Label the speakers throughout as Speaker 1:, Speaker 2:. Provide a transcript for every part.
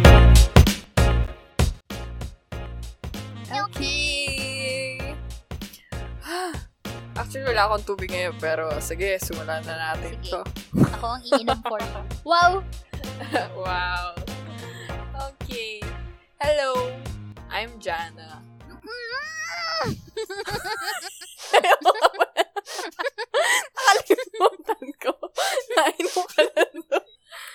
Speaker 1: wala akong tubig ngayon, pero sige, simulan na natin
Speaker 2: Sige.
Speaker 1: to.
Speaker 2: Ako ang iinom for fun. Wow!
Speaker 1: wow. Okay. Hello. I'm Jana. Nakalimutan ko. Nainom ka na doon.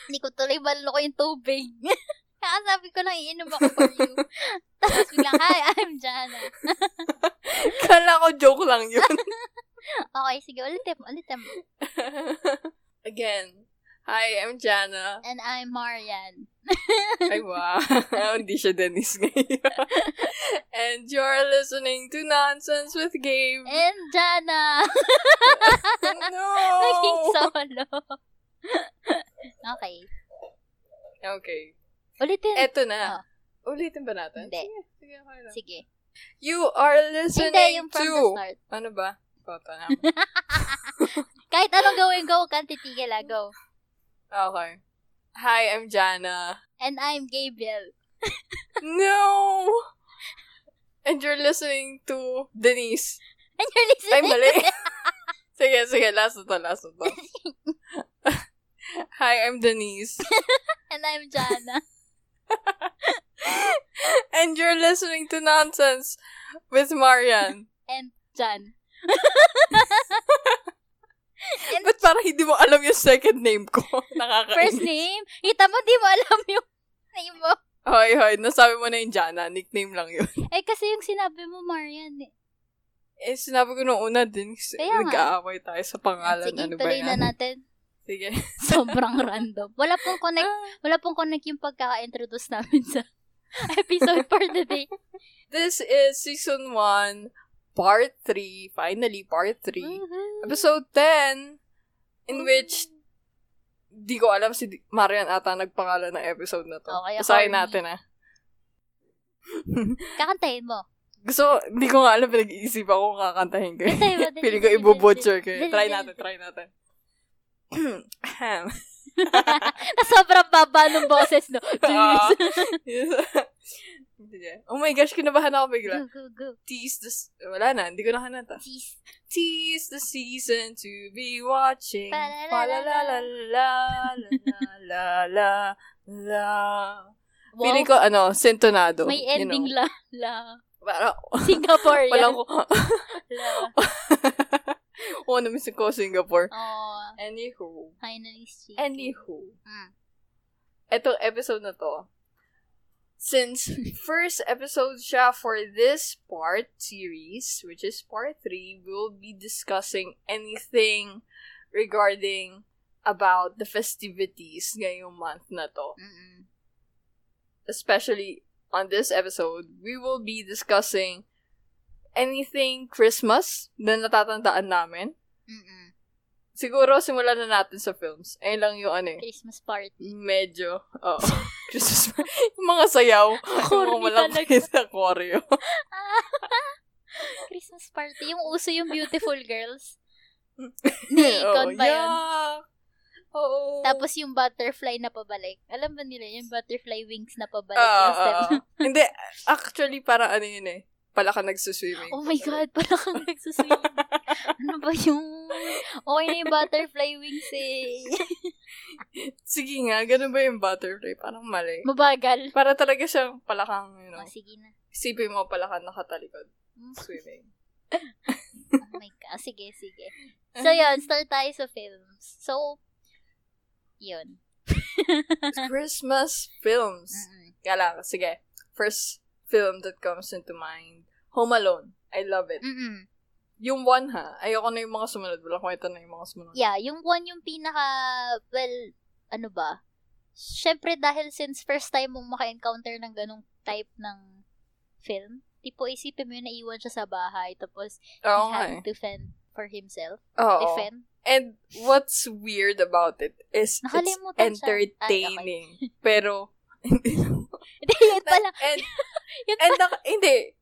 Speaker 2: Hindi ko tuloy maloko yung tubig. Kaya sabi ko lang, iinom ako for you. Tapos biglang, hi, I'm Jana.
Speaker 1: Kala ko joke lang yun.
Speaker 2: Okay, sige, ulitin mo, ulitin mo.
Speaker 1: Again. Hi, I'm Jana.
Speaker 2: And I'm Marian.
Speaker 1: Ay, wow. Ah, Hindi siya Dennis ngayon. And you're listening to Nonsense with Gabe.
Speaker 2: And Jana!
Speaker 1: No!
Speaker 2: Naging solo. okay.
Speaker 1: Okay.
Speaker 2: Ulitin.
Speaker 1: Eto na. Ulitin ba natin?
Speaker 2: Ah. Hindi.
Speaker 1: Sige, sige, okay lang.
Speaker 2: Sige.
Speaker 1: You are
Speaker 2: Hindi,
Speaker 1: listening
Speaker 2: yung from the
Speaker 1: to...
Speaker 2: start.
Speaker 1: Ano ba? Kota na.
Speaker 2: Kahit anong gawin ko, huwag kang titigil, ah, go.
Speaker 1: Okay. Hi, I'm Jana.
Speaker 2: And I'm Gabriel.
Speaker 1: No! And you're listening to Denise.
Speaker 2: And you're
Speaker 1: Ay,
Speaker 2: listening.
Speaker 1: mali. sige, sige. Last na to, last na to. Hi, I'm Denise.
Speaker 2: And I'm Jana.
Speaker 1: And you're listening to Nonsense with Marian.
Speaker 2: And Jan. And
Speaker 1: Ba't parang hindi mo alam yung second name ko? Nakakainis.
Speaker 2: first name? Kita mo, di mo alam yung name mo.
Speaker 1: Hoy, hoy. Nasabi mo na yung Jana. Nickname lang yun.
Speaker 2: Eh, kasi yung sinabi mo, Marian, eh.
Speaker 1: Eh, sinabi ko nung una din. kasi
Speaker 2: Kaya nga.
Speaker 1: Nag-aaway tayo sa pangalan.
Speaker 2: Sige,
Speaker 1: ano ba
Speaker 2: tuloy
Speaker 1: yan?
Speaker 2: na natin.
Speaker 1: Sige. Ah,
Speaker 2: Sobrang random. Wala pong connect, wala pong connect yung pagkaka-introduce namin sa episode for today.
Speaker 1: This is season 1, part 3. Finally, part 3.
Speaker 2: Woohoo.
Speaker 1: Episode 10, in which, di ko alam si Di- Marian ata nagpangalan ng episode na to.
Speaker 2: Okay,
Speaker 1: Basahin
Speaker 2: horny.
Speaker 1: natin ah.
Speaker 2: Kakantahin mo.
Speaker 1: Gusto, ko- di ko nga alam pinag-iisip ako kung kakantahin ko.
Speaker 2: Kantay mo. dali,
Speaker 1: Feeling ko
Speaker 2: dali,
Speaker 1: ibobutcher ko.
Speaker 2: dali,
Speaker 1: eh.
Speaker 2: dali,
Speaker 1: Try
Speaker 2: dali.
Speaker 1: natin, try natin.
Speaker 2: Na sobrang baba ng boses, no?
Speaker 1: Ah.
Speaker 2: Jeez.
Speaker 1: Sige. oh my gosh, kinabahan ako bigla.
Speaker 2: go, go, go.
Speaker 1: Tease the... s- Wala na, hindi ko na kanata.
Speaker 2: Jeez.
Speaker 1: Tease the season to be watching.
Speaker 2: Palalalala.
Speaker 1: Palalalalala. La.
Speaker 2: Wow.
Speaker 1: Feeling ko, ano, sentonado.
Speaker 2: May ending ano?
Speaker 1: you know.
Speaker 2: la. La.
Speaker 1: Para,
Speaker 2: Singapore
Speaker 1: wala
Speaker 2: yan.
Speaker 1: ko.
Speaker 2: La.
Speaker 1: Oo, namiss ko Singapore.
Speaker 2: Oh,
Speaker 1: Anywho.
Speaker 2: finally speaking.
Speaker 1: Anywho.
Speaker 2: Mm.
Speaker 1: Etong episode na to. Since first episode siya for this part series, which is part 3, we'll be discussing anything regarding about the festivities ngayong month na to.
Speaker 2: Mm-mm.
Speaker 1: especially on this episode, we will be discussing anything Christmas na natatandaan namin.
Speaker 2: Mm-mm.
Speaker 1: Siguro, simulan na natin sa films. Ayun lang yung ano eh.
Speaker 2: Christmas party.
Speaker 1: Medyo, oo. Christmas. yung mga sayaw.
Speaker 2: Corny
Speaker 1: Yung mga malapit na koreo.
Speaker 2: Christmas party. Yung uso yung beautiful girls. Ni Icon ba yun?
Speaker 1: Oo.
Speaker 2: Tapos yung butterfly na pabalik. Alam ba nila yung butterfly wings na pabalik?
Speaker 1: Ah,
Speaker 2: yung step.
Speaker 1: ah, ah. Hindi, actually, para ano yun eh. Pala ka nagsuswimming.
Speaker 2: Oh my God, pala ka nagsuswimming. ano ba yung... Okay na yung butterfly wings eh.
Speaker 1: Sige nga, ganun ba yung butterfly? Parang mali.
Speaker 2: Mabagal.
Speaker 1: Para talaga siyang palakang, you know,
Speaker 2: Oh, sige na.
Speaker 1: isipin mo palakang nakatalikod.
Speaker 2: Mm.
Speaker 1: Swimming.
Speaker 2: Oh my God. Sige, sige. So, yun. Start tayo sa films. So, yun.
Speaker 1: Christmas films.
Speaker 2: Mm-mm.
Speaker 1: Kala, sige. First film that comes into mind, Home Alone. I love it.
Speaker 2: Mm-mm.
Speaker 1: Yung one, ha? Ayoko na yung mga sumunod. Wala kong ito na yung mga sumunod.
Speaker 2: Yeah, yung one yung pinaka... Well, ano ba? Siyempre, dahil since first time mong maka-encounter ng ganong type ng film, tipo isipin mo yun, naiwan siya sa bahay, tapos
Speaker 1: Oo
Speaker 2: he
Speaker 1: nga
Speaker 2: had
Speaker 1: eh.
Speaker 2: to fend for himself.
Speaker 1: Oo.
Speaker 2: Defend.
Speaker 1: And what's weird about it is it's
Speaker 2: Nakalimutan siya.
Speaker 1: entertaining. Pero,
Speaker 2: Hindi, yun pala.
Speaker 1: and,
Speaker 2: Yun
Speaker 1: and, naka- hindi.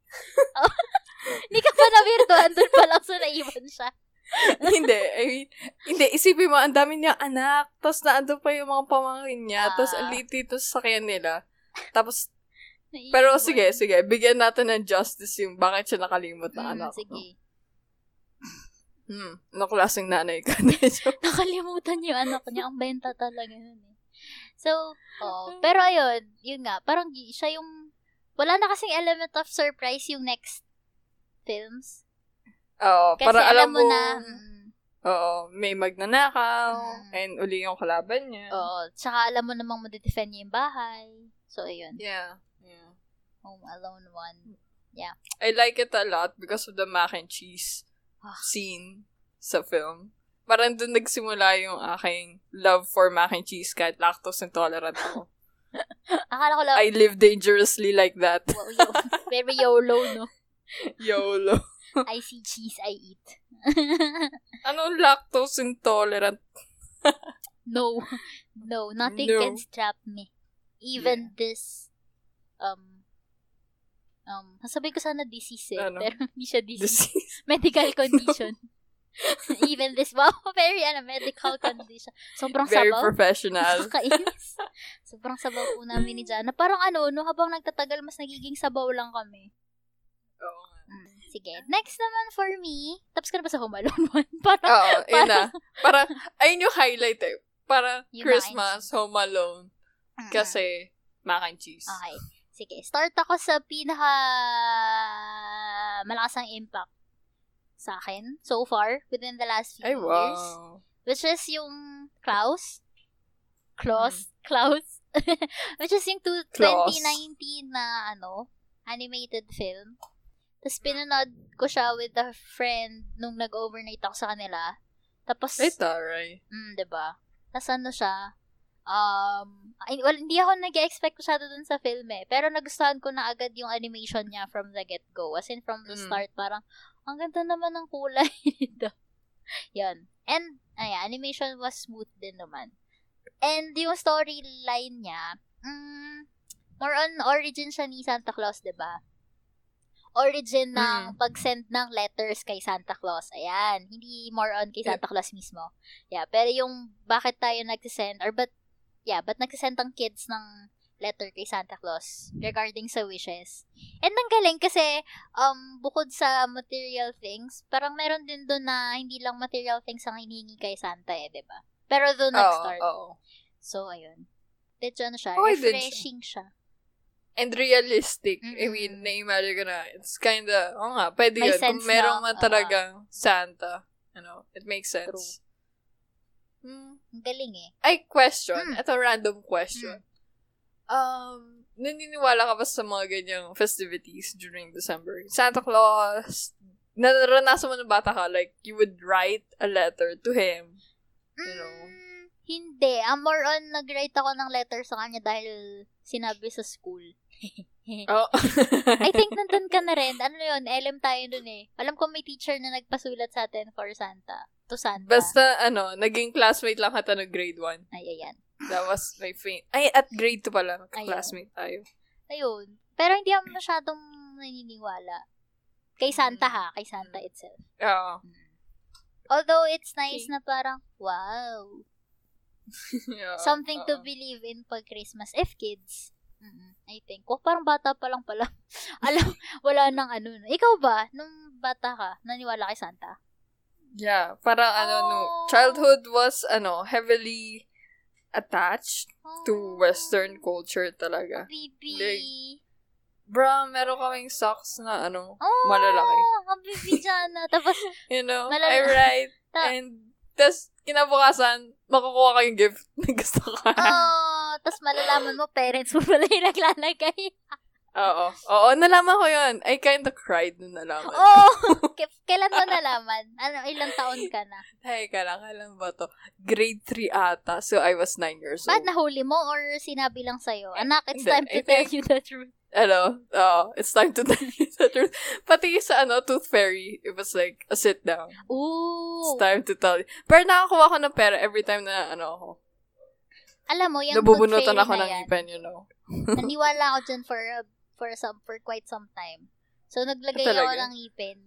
Speaker 2: Hindi ka pa na-weirdo. Andun pa lang so naiwan siya.
Speaker 1: hindi, I mean, hindi, isipin mo, ang dami niyang anak, tapos naando pa yung mga pamangkin niya, tapos
Speaker 2: Ah.
Speaker 1: ang liit dito sa sakyan nila. Tapos,
Speaker 2: Naiwan.
Speaker 1: pero sige,
Speaker 2: Hmm,
Speaker 1: sige, bigyan natin ng justice yung bakit siya nakalimot ng
Speaker 2: Mm,
Speaker 1: anak.
Speaker 2: sige.
Speaker 1: Hmm, ano klaseng nanay ka?
Speaker 2: Nakalimutan yung anak niya. Ang benta talaga nun eh. So, oh, pero ayun, yun nga, parang gi- siya yung, wala na kasing element of surprise yung next films.
Speaker 1: Oo,
Speaker 2: Kasi
Speaker 1: para hmm.
Speaker 2: alam, mo
Speaker 1: mong-
Speaker 2: na, mm,
Speaker 1: Oo, may magnanakaw,
Speaker 2: Mm.
Speaker 1: and uli yung kalaban niya.
Speaker 2: oo, tsaka alam mo namang madidefend niya yung bahay. So, ayun, Oh,
Speaker 1: Yeah, yeah.
Speaker 2: Home Alone 1.
Speaker 1: I like it a lot because of the mac and cheese
Speaker 2: Ah.
Speaker 1: scene sa film. Parang doon nagsimula yung aking love for mac and cheese kahit lactose intolerant ako.
Speaker 2: Akala ko lang,
Speaker 1: I live dangerously like that.
Speaker 2: wow, yo- very YOLO, no?
Speaker 1: YOLO.
Speaker 2: I see cheese, I eat.
Speaker 1: Anong Ano, lactose intolerant?
Speaker 2: no, no, nothing
Speaker 1: No.
Speaker 2: can strap me. Even this, um, um, sabi ko sana disease eh,
Speaker 1: Ano?
Speaker 2: pero hindi siya disease.
Speaker 1: Disease.
Speaker 2: medical condition. Even this, wow, very, ano, medical condition. Sobrang
Speaker 1: Very
Speaker 2: sabaw.
Speaker 1: professional.
Speaker 2: Nakakainis. Sobrang sabaw po namin ni Jana. Parang ano, no, habang nagtatagal, mas nagiging sabaw lang kami.
Speaker 1: Oo. nga.
Speaker 2: Mm, Sige. Next naman for me, tapos ka na ba sa Home Alone 1? Parang,
Speaker 1: Oo, yun na. Para, ayun yung highlight eh. Para
Speaker 2: Yung
Speaker 1: Christmas, Home Alone,
Speaker 2: Mm-hmm. Mm-mm.
Speaker 1: kasi mac and cheese.
Speaker 2: Okay. Sige. Start ako sa pinaka malakas ang impact sa akin so far within the last few
Speaker 1: Ay,
Speaker 2: years.
Speaker 1: wow.
Speaker 2: Which is yung Klaus. Klaus? Klaus? Which is yung two-
Speaker 1: Mm-hmm. Klaus.
Speaker 2: 2019 na ano, animated film. Tapos
Speaker 1: Mm.
Speaker 2: pinanood ko siya with a friend nung nag-overnight ako sa kanila. Tapos,
Speaker 1: Ay, taray.
Speaker 2: mm, 'di ba? Tapos ano siya, um, ay, well, hindi ako nag-expect masyado dun sa film eh. Pero nagustuhan ko na agad yung animation niya from the get-go. As in, from the
Speaker 1: Mm.
Speaker 2: start, parang, ang ganda naman ng kulay nito. Yan. And, ayan, animation was smooth din naman. And yung storyline niya, mm, more on origin siya ni Santa Claus, 'di ba? Origin ng pag-send ng letters kay Santa Claus. Ayan, hindi more on kay
Speaker 1: Yep.
Speaker 2: Santa Claus mismo. Yeah, pero yung bakit tayo nagsisend or but yeah, but nagsisend ang kids ng letter kay Santa Claus regarding sa wishes. And ang galing kasi um, bukod sa material things, parang meron din doon na hindi lang material things ang hinihingi kay Santa eh, di ba? Pero doon nag-start.
Speaker 1: oo.
Speaker 2: So, ayun. Medyo ano siya,
Speaker 1: Oh, I did
Speaker 2: refreshing siya.
Speaker 1: and realistic. I
Speaker 2: Mm-mm.
Speaker 1: mean, na-imagine ko na, it's kinda, oo nga, pwede
Speaker 2: May
Speaker 1: yun. Kung
Speaker 2: sense
Speaker 1: meron
Speaker 2: na,
Speaker 1: man
Speaker 2: oo.
Speaker 1: talagang Santa, you know, it makes sense. Hmm.
Speaker 2: Ang galing eh.
Speaker 1: Ay, question.
Speaker 2: Mm.
Speaker 1: Ito, random question.
Speaker 2: Hmm.
Speaker 1: Um, naniniwala ka ba sa mga ganyang festivities during December? Santa Claus, naranasan mo ng bata ka, like, you would write a letter to him. You know?
Speaker 2: Mm, hindi. I'm more on nag-write ako ng letter sa kanya dahil sinabi sa school.
Speaker 1: Oh.
Speaker 2: I think nandun ka na rin. Ano yun? LM tayo dun eh. Alam ko may teacher na nagpasulat sa atin for Santa. To Santa.
Speaker 1: Basta, ano, naging classmate lang kita ng grade 1.
Speaker 2: Ay, ayan.
Speaker 1: That was my faint. Ay, at grade 2 pala.
Speaker 2: Ayun.
Speaker 1: Classmate tayo.
Speaker 2: Ayun. Pero hindi ako masyadong naniniwala. Kay Santa ha. Kay Santa
Speaker 1: Mm.
Speaker 2: itself.
Speaker 1: Oo.
Speaker 2: Although it's nice
Speaker 1: Okay.
Speaker 2: na parang, wow.
Speaker 1: Yeah. Uh,
Speaker 2: Something to
Speaker 1: Oo.
Speaker 2: believe in pag Christmas if kids. Mm-mm, I think. Oh, parang bata pa lang pala. Alam, wala nang ano. no. Ikaw ba, nung bata ka, naniwala kay Santa?
Speaker 1: Yeah. Parang ano, no,
Speaker 2: Oh.
Speaker 1: childhood was, ano, heavily attached
Speaker 2: Oh,
Speaker 1: to Western culture talaga.
Speaker 2: Bibi.
Speaker 1: Like, Bro, meron kaming socks na, ano,
Speaker 2: oh,
Speaker 1: malalaki.
Speaker 2: Ang bibi dyan na. Tapos,
Speaker 1: you know, I
Speaker 2: Malala-
Speaker 1: write,
Speaker 2: Ta-
Speaker 1: and, tas, kinabukasan, makukuha kayong gift na gusto ka.
Speaker 2: oh, tapos malalaman mo, parents mo pala yung naglalagay.
Speaker 1: Oo. Oo, nalaman ko yun. I kinda cried nung nalaman. ko.
Speaker 2: Oo. K- Kailan mo nalaman? Ano, ilang taon ka na?
Speaker 1: Teka lang, alam ba to? Grade 3 ata, so I was 9 years
Speaker 2: Bad
Speaker 1: old.
Speaker 2: nahuli mo or sinabi lang sa'yo? Anak, it's
Speaker 1: Hindi,
Speaker 2: time to
Speaker 1: I
Speaker 2: tell
Speaker 1: think-
Speaker 2: you the truth.
Speaker 1: Ano, oo, it's time to tell you the truth. Pati sa ano, Tooth Fairy, it was like a sit down.
Speaker 2: Ooh.
Speaker 1: It's time to tell you. Pero nakakuha ko ng pera every time na ano ako.
Speaker 2: Alam mo, yung
Speaker 1: Nabubunutan
Speaker 2: tooth fairy
Speaker 1: ako
Speaker 2: na
Speaker 1: ng
Speaker 2: yan,
Speaker 1: ipin, you know.
Speaker 2: naniwala ako dyan for, a- for, some, for quite some time. So, naglagay
Speaker 1: Talaga?
Speaker 2: ako ng ipin.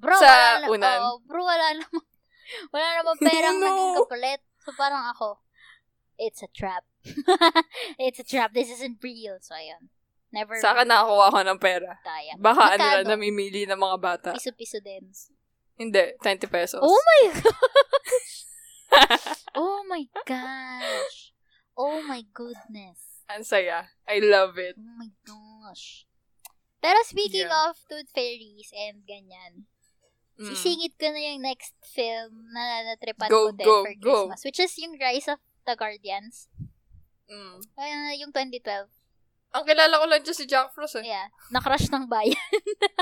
Speaker 2: Bro,
Speaker 1: Sa
Speaker 2: wala na,
Speaker 1: unan?
Speaker 2: oo, bro, wala naman, wala naman perang
Speaker 1: No.
Speaker 2: naging kapalit. So, parang ako, it's a trap. it's a trap. This isn't real. So, ayun. Never
Speaker 1: Sa akin nakakuha ko ng pera.
Speaker 2: kaya.
Speaker 1: Baka ano lang,
Speaker 2: Magkano?
Speaker 1: namimili ng mga bata.
Speaker 2: Piso-piso din.
Speaker 1: Hindi, 20 pesos.
Speaker 2: Oh my gosh! oh my gosh! Oh my goodness!
Speaker 1: Ang saya. I love it.
Speaker 2: Oh my gosh! Pero speaking
Speaker 1: Yeah.
Speaker 2: of Tooth Fairies and ganyan,
Speaker 1: Mm.
Speaker 2: sisingit ko na yung next film na natripan
Speaker 1: Go,
Speaker 2: ko din
Speaker 1: go,
Speaker 2: for
Speaker 1: go.
Speaker 2: Christmas, which is yung Rise of the Guardians.
Speaker 1: Mm.
Speaker 2: Ah, yung 2012.
Speaker 1: Ang kilala ko lang dyan si Jack Frost eh.
Speaker 2: Yeah. Nakrush ng bayan.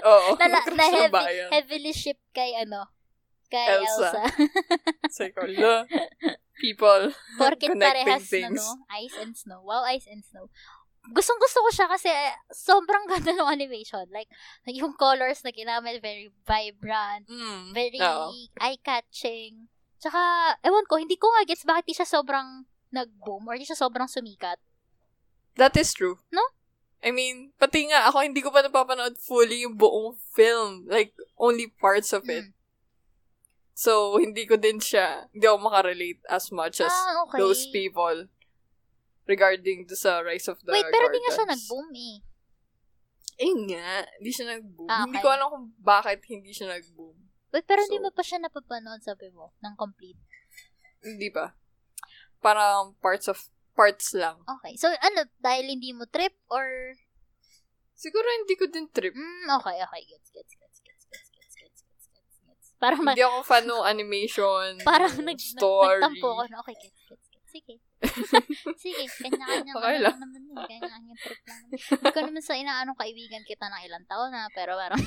Speaker 1: Oo.
Speaker 2: na, na,
Speaker 1: crush
Speaker 2: na
Speaker 1: ng
Speaker 2: heavy,
Speaker 1: bayan.
Speaker 2: heavily shipped kay ano, kay
Speaker 1: Elsa.
Speaker 2: Elsa.
Speaker 1: Say ko, "Lo, people.
Speaker 2: Porkit
Speaker 1: Connecting
Speaker 2: parehas na,
Speaker 1: things.
Speaker 2: no? Ice and Snow. Wow, Ice and Snow. Gustong gusto ko siya kasi eh, sobrang ganda ng animation. Like, yung colors na ginamit, very vibrant,
Speaker 1: Mm.
Speaker 2: very
Speaker 1: Oo.
Speaker 2: eye-catching. Tsaka, ewan ko, hindi ko nga gets bakit di siya sobrang nag-boom or di siya sobrang sumikat.
Speaker 1: That is true.
Speaker 2: No?
Speaker 1: I mean, pati nga, ako hindi ko pa napapanood fully yung buong film. Like, only parts of it.
Speaker 2: Mm.
Speaker 1: So, hindi ko din siya, hindi ako makarelate as much as
Speaker 2: Ah, okay.
Speaker 1: those people regarding to sa Rise of the
Speaker 2: Wait, pero di nga siya
Speaker 1: Guardians.
Speaker 2: nag-boom eh.
Speaker 1: Eh nga, hindi siya nag-boom.
Speaker 2: Ah,
Speaker 1: Hindi
Speaker 2: okay.
Speaker 1: ko alam kung bakit hindi siya nag-boom.
Speaker 2: Wait, pero hindi
Speaker 1: So-
Speaker 2: mo pa siya napapanood, sabi mo, ng complete.
Speaker 1: Hindi ba? Parang parts of, parts lang.
Speaker 2: Okay. So, ano, dahil hindi mo trip or...
Speaker 1: Siguro hindi ko din trip.
Speaker 2: Mm, okay, okay. Gets, gets, gets, gets, gets, gets, gets, gets, gets, gets. Parang, ma-
Speaker 1: Hindi ako fan ng animation,
Speaker 2: Hmm. parang
Speaker 1: ng
Speaker 2: nag,
Speaker 1: story.
Speaker 2: nagtampo ko na, okay, gets, gets, gets. Sige. Sige, kanya-kanya
Speaker 1: Okay
Speaker 2: okay
Speaker 1: lang.
Speaker 2: lang. naman yun. Kanya-kanya trip lang. naman. Hindi ko naman sa inaanong kaibigan kita ng ilang taon na, pero parang...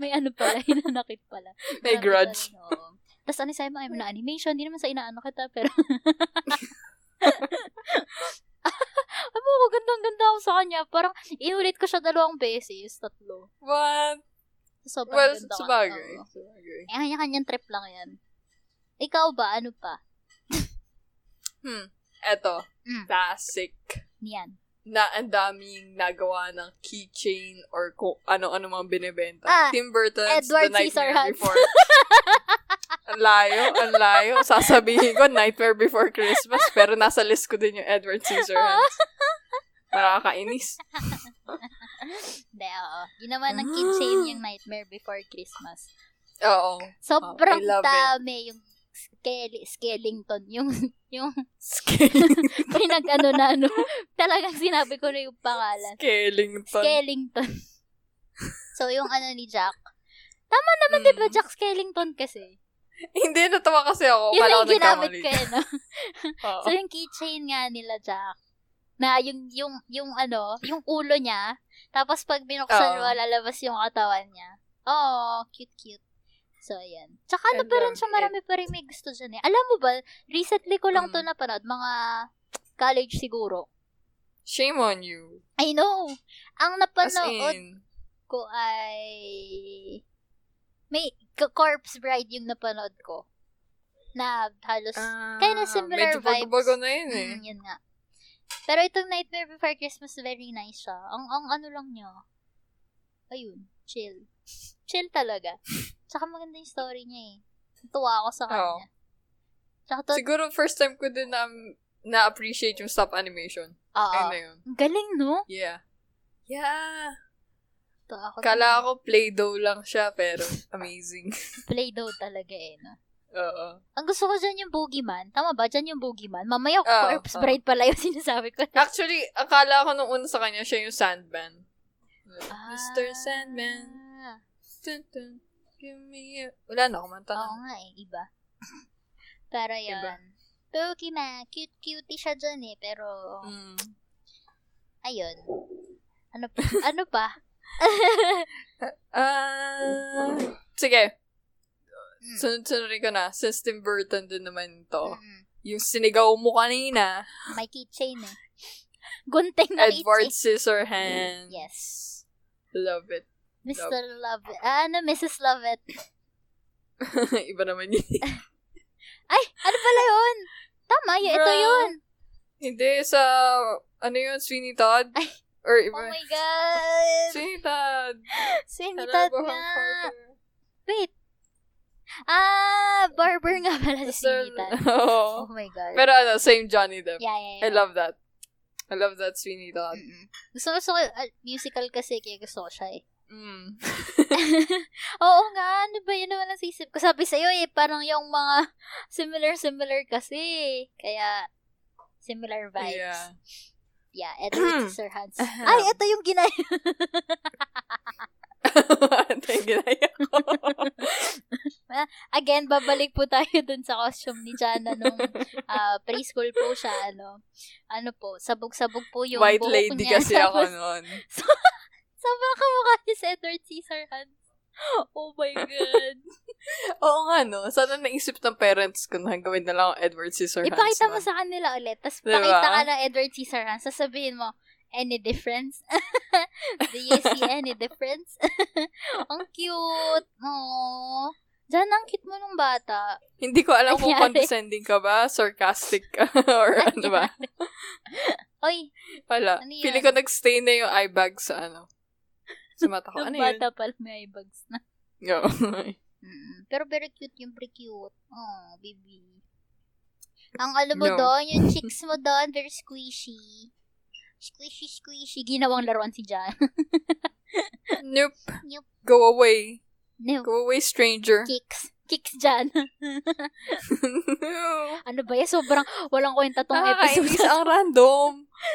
Speaker 2: May ano pala, hinanakit pala.
Speaker 1: May
Speaker 2: Marami
Speaker 1: grudge.
Speaker 2: pala, oo. Tapos ano sabi mo, ayaw mo na animation, hindi naman sa inaano kita, pero... Amo ko, gandang-ganda ako sa kanya. Parang, inulit ko siya dalawang beses, tatlo.
Speaker 1: What?
Speaker 2: Sobrang
Speaker 1: Well,
Speaker 2: ganda. ka-
Speaker 1: sabagay.
Speaker 2: oo.
Speaker 1: Sabagay.
Speaker 2: Eh, kanya-kanyang trip lang yan. Ikaw ba? Ano pa?
Speaker 1: Hmm. Eto.
Speaker 2: Mm.
Speaker 1: Classic.
Speaker 2: Niyan.
Speaker 1: Na ang daming nagawa ng keychain or kung ano-ano mga binibenta.
Speaker 2: Ah,
Speaker 1: Tim Burton's The
Speaker 2: Edward
Speaker 1: Nightmare
Speaker 2: Scissorhands.
Speaker 1: Before. ang layo, ang layo. Sasabihin ko, Nightmare Before Christmas, pero nasa list ko din yung Edward Scissorhands. Nakakainis.
Speaker 2: Hindi, oo. Yun naman ang keychain yung Nightmare Before Christmas.
Speaker 1: Oo. Ah. Oh,
Speaker 2: Sobrang
Speaker 1: I love it.
Speaker 2: dami yung skele- skeleton. Yung, yung
Speaker 1: Scaling.
Speaker 2: pinag-ano na ano. Talagang sinabi ko na yung pangalan.
Speaker 1: Scalington.
Speaker 2: Skellington. so, yung ano ni Jack. Tama naman,
Speaker 1: Hmm.
Speaker 2: di ba, Jack Skellington kasi?
Speaker 1: Mm. Hindi, natawa kasi ako.
Speaker 2: yun
Speaker 1: Kala ko
Speaker 2: yung ginamit
Speaker 1: nagkamali.
Speaker 2: ko, eh, no?
Speaker 1: Oo.
Speaker 2: So, yung keychain nga nila, Jack, na yung, yung, yung ano, yung ulo niya, tapos pag
Speaker 1: Oo.
Speaker 2: binuksan mo, lalabas yung katawan niya. Oh, cute, cute. So, ayan. Tsaka ano
Speaker 1: I
Speaker 2: pa rin
Speaker 1: love
Speaker 2: siya, marami pa rin may gusto dyan eh. Alam mo ba, recently ko lang to
Speaker 1: Mm.
Speaker 2: napanood, mga college siguro.
Speaker 1: Shame on you.
Speaker 2: I know. Ang
Speaker 1: As
Speaker 2: napanood
Speaker 1: in,
Speaker 2: ko ay... May K- Corpse Bride yung napanood ko. Na halos... Kinda
Speaker 1: Ah,
Speaker 2: similar
Speaker 1: medyo bago-bago na yun eh.
Speaker 2: Mm, yun nga. Pero itong Nightmare Before Christmas, very nice siya. Ang, ang ano lang niya, ayun, chill. Chill talaga. Tsaka maganda yung story niya eh. Tuwa ako sa
Speaker 1: Oo.
Speaker 2: kanya. Tsaka to,
Speaker 1: Siguro first time ko din na, na-appreciate yung stop animation. Ayun
Speaker 2: oo.
Speaker 1: na ano yun.
Speaker 2: ah, Ang galing, no?
Speaker 1: Yeah. Yeah.
Speaker 2: Tuwa ako.
Speaker 1: Kala ko Play-Doh lang siya, pero amazing.
Speaker 2: Play-Doh talaga eh, no?
Speaker 1: Oo.
Speaker 2: Ang gusto ko dyan yung Boogeyman. Tama ba? Dyan yung Boogeyman.
Speaker 1: Oo,
Speaker 2: Mamaya, Corpse
Speaker 1: oo.
Speaker 2: Bride pala yung sinasabi ko.
Speaker 1: Actually, akala ko nung una sa kanya, siya yung Sandman.
Speaker 2: Ah.
Speaker 1: Mr. Sandman. Dun, dun, give me a... Wala na, kumanta
Speaker 2: Oo
Speaker 1: na.
Speaker 2: nga eh, iba. Pero yun.
Speaker 1: Iba.
Speaker 2: Pokemon, cute cutie siya dyan eh, pero
Speaker 1: Mm.
Speaker 2: ayun. Ano pa? ano pa?
Speaker 1: Ah, sige.
Speaker 2: Mm.
Speaker 1: Sunod-sunod ko na. Since Tim Burton din naman to.
Speaker 2: Mm-mm.
Speaker 1: Yung sinigaw mo kanina,
Speaker 2: May keychain eh. Gunting na
Speaker 1: Edward
Speaker 2: keychain.
Speaker 1: Scissorhands.
Speaker 2: Yes.
Speaker 1: Love it.
Speaker 2: Mr. Lovett. Ah, ano, Mrs. Lovett.
Speaker 1: Iba naman yun.
Speaker 2: Ay, ano pala yun? Tama, yun, ito
Speaker 1: Bruh.
Speaker 2: yun.
Speaker 1: Hindi, sa, ano yun, Sweeney Todd?
Speaker 2: Ay.
Speaker 1: Or
Speaker 2: Oh
Speaker 1: iba.
Speaker 2: my God.
Speaker 1: Sweeney Todd!
Speaker 2: Sweeney
Speaker 1: Hello,
Speaker 2: Todd
Speaker 1: Bohan
Speaker 2: nga.
Speaker 1: Carter.
Speaker 2: Wait. Ah, barber nga pala si
Speaker 1: Sir-
Speaker 2: Sweeney Todd. Oh
Speaker 1: Oo.
Speaker 2: my God.
Speaker 1: Pero ano, same Johnny Depp.
Speaker 2: yeah, yeah, yeah.
Speaker 1: I love that. I love that Sweeney Todd.
Speaker 2: Mm-mm. Gusto, gusto ko, uh, musical kasi kaya gusto ko siya eh.
Speaker 1: Mm.
Speaker 2: Oo nga, ano ba yun naman ang sisip ko? Sabi sa'yo eh, parang yung mga similar-similar kasi. eh. Kaya, similar
Speaker 1: Yeah. Uh-huh.
Speaker 2: vibes. Yeah, eto yung Hans. Ay, eto yung ginaya.
Speaker 1: Ito yung ginaya ko.
Speaker 2: Again, babalik po tayo dun sa costume ni Jana nung ah, preschool po siya, ano. Ano po, sabog-sabog po yung
Speaker 1: White
Speaker 2: buhok
Speaker 1: lady
Speaker 2: niya.
Speaker 1: kasi ako
Speaker 2: Tapos,
Speaker 1: noon.
Speaker 2: Sobrang kamukha niya sa Edward C. Hans. Oh my God.
Speaker 1: Oo nga, no? Sana naisip ng parents ko na gawin na lang ang Edward Scissorhands.
Speaker 2: Ipakita mo
Speaker 1: nun.
Speaker 2: sa kanila ulit. Tapos
Speaker 1: Diba?
Speaker 2: pakita ka ng Edward C. Sarhan. Sasabihin mo, any difference? Do you see any difference? ang cute. Oh. Diyan, ang cute mo nung bata.
Speaker 1: Hindi ko alam kung
Speaker 2: Nangyari.
Speaker 1: condescending ka ba, sarcastic ka, or ano ba.
Speaker 2: Oy,
Speaker 1: Wala.
Speaker 2: Ano yun?
Speaker 1: Pili ko nag-stay na yung eye bag sa ano. Sa mata ko.
Speaker 2: nung
Speaker 1: Ano yun?
Speaker 2: bata pala may eyebags na.
Speaker 1: Yo.
Speaker 2: Mm, Pero very cute yung very cute. Oh, baby. Ang ano mo
Speaker 1: No.
Speaker 2: doon, yung cheeks mo doon, very squishy. Squishy, squishy. Ginawang laruan si Jan.
Speaker 1: nope.
Speaker 2: Nope.
Speaker 1: Go away.
Speaker 2: no,
Speaker 1: Go away, stranger.
Speaker 2: kicks. Kicks Jan.
Speaker 1: no.
Speaker 2: Ano ba yan? Sobrang walang kwenta tong
Speaker 1: Nakakainis
Speaker 2: episode.
Speaker 1: ang random.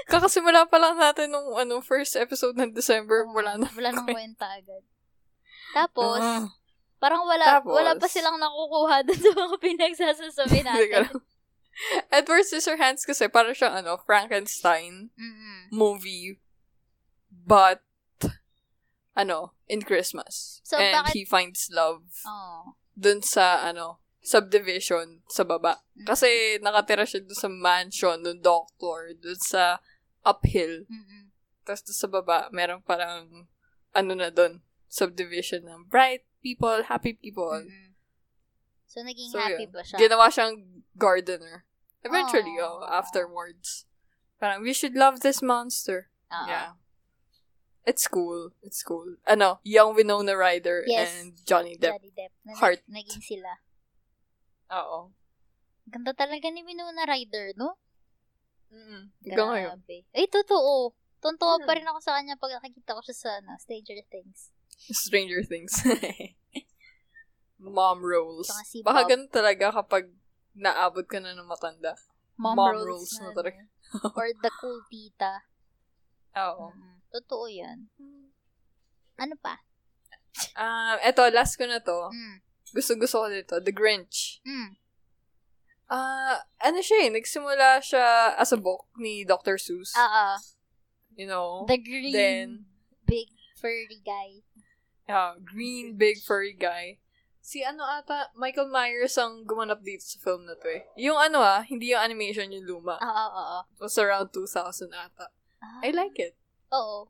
Speaker 1: Kakasimula pa lang natin nung ano, first episode ng December. Wala na.
Speaker 2: Wala nang kwenta agad. Tapos,
Speaker 1: Ah.
Speaker 2: parang wala
Speaker 1: Tapos?
Speaker 2: wala pa silang nakukuha dun sa mga pinagsasasabi
Speaker 1: Teka
Speaker 2: natin.
Speaker 1: lang. Edward Scissorhands kasi para siyang ano, Frankenstein
Speaker 2: Mm-mm.
Speaker 1: movie. But, ano, in Christmas.
Speaker 2: So,
Speaker 1: And
Speaker 2: bakit-
Speaker 1: he finds love
Speaker 2: Oh.
Speaker 1: dun sa, ano, subdivision sa baba. Kasi nakatira siya dun sa mansion, dun doctor, dun sa uphill.
Speaker 2: Mm-mm.
Speaker 1: Tapos dun sa baba, merong parang, ano na dun, subdivision ng bright people, happy people.
Speaker 2: Mm-mm. So, naging
Speaker 1: So,
Speaker 2: happy
Speaker 1: yun.
Speaker 2: ba siya?
Speaker 1: Ginawa siyang gardener. Eventually,
Speaker 2: Aww.
Speaker 1: oh, afterwards. Parang, we should love this monster.
Speaker 2: Oo.
Speaker 1: Yeah. It's cool. It's cool. Ano, young Winona Ryder
Speaker 2: Yes.
Speaker 1: and Johnny Depp.
Speaker 2: Johnny Depp. Na,
Speaker 1: Heart.
Speaker 2: Naging sila.
Speaker 1: Oo.
Speaker 2: Ganda talaga ni Winona Ryder, no?
Speaker 1: Mm-hmm. Hanggang ngayon.
Speaker 2: Ay, totoo. Tuntua pa
Speaker 1: Hmm.
Speaker 2: rin ako sa kanya pag nakikita ko siya sa ano, Stranger Things.
Speaker 1: Stranger Things. Mom roles.
Speaker 2: Tsaka si
Speaker 1: Baka
Speaker 2: Bob.
Speaker 1: ganun talaga kapag naabot ka na ng matanda.
Speaker 2: Mom,
Speaker 1: Mom
Speaker 2: roles,
Speaker 1: roles na talaga.
Speaker 2: ano. Or the cool tita.
Speaker 1: Oo.
Speaker 2: Mm-mm. Totoo yan. Ano pa?
Speaker 1: Um, eto, last ko na to.
Speaker 2: Mm.
Speaker 1: Gusto-gusto ko dito. The Grinch.
Speaker 2: Mm.
Speaker 1: Ah, ano siya eh, nagsimula siya as a book ni Dr. Seuss.
Speaker 2: Oo.
Speaker 1: you know?
Speaker 2: Ah, The green
Speaker 1: Then,
Speaker 2: big furry guy.
Speaker 1: yeah, green, big, furry guy. Si ano ata, Michael Myers ang gumanap dito sa film na to eh. Yung ano ah, hindi yung animation, yung luma.
Speaker 2: Oo, oo, oo.
Speaker 1: It was around 2000 ata.
Speaker 2: Ah,
Speaker 1: I like it.
Speaker 2: Oo.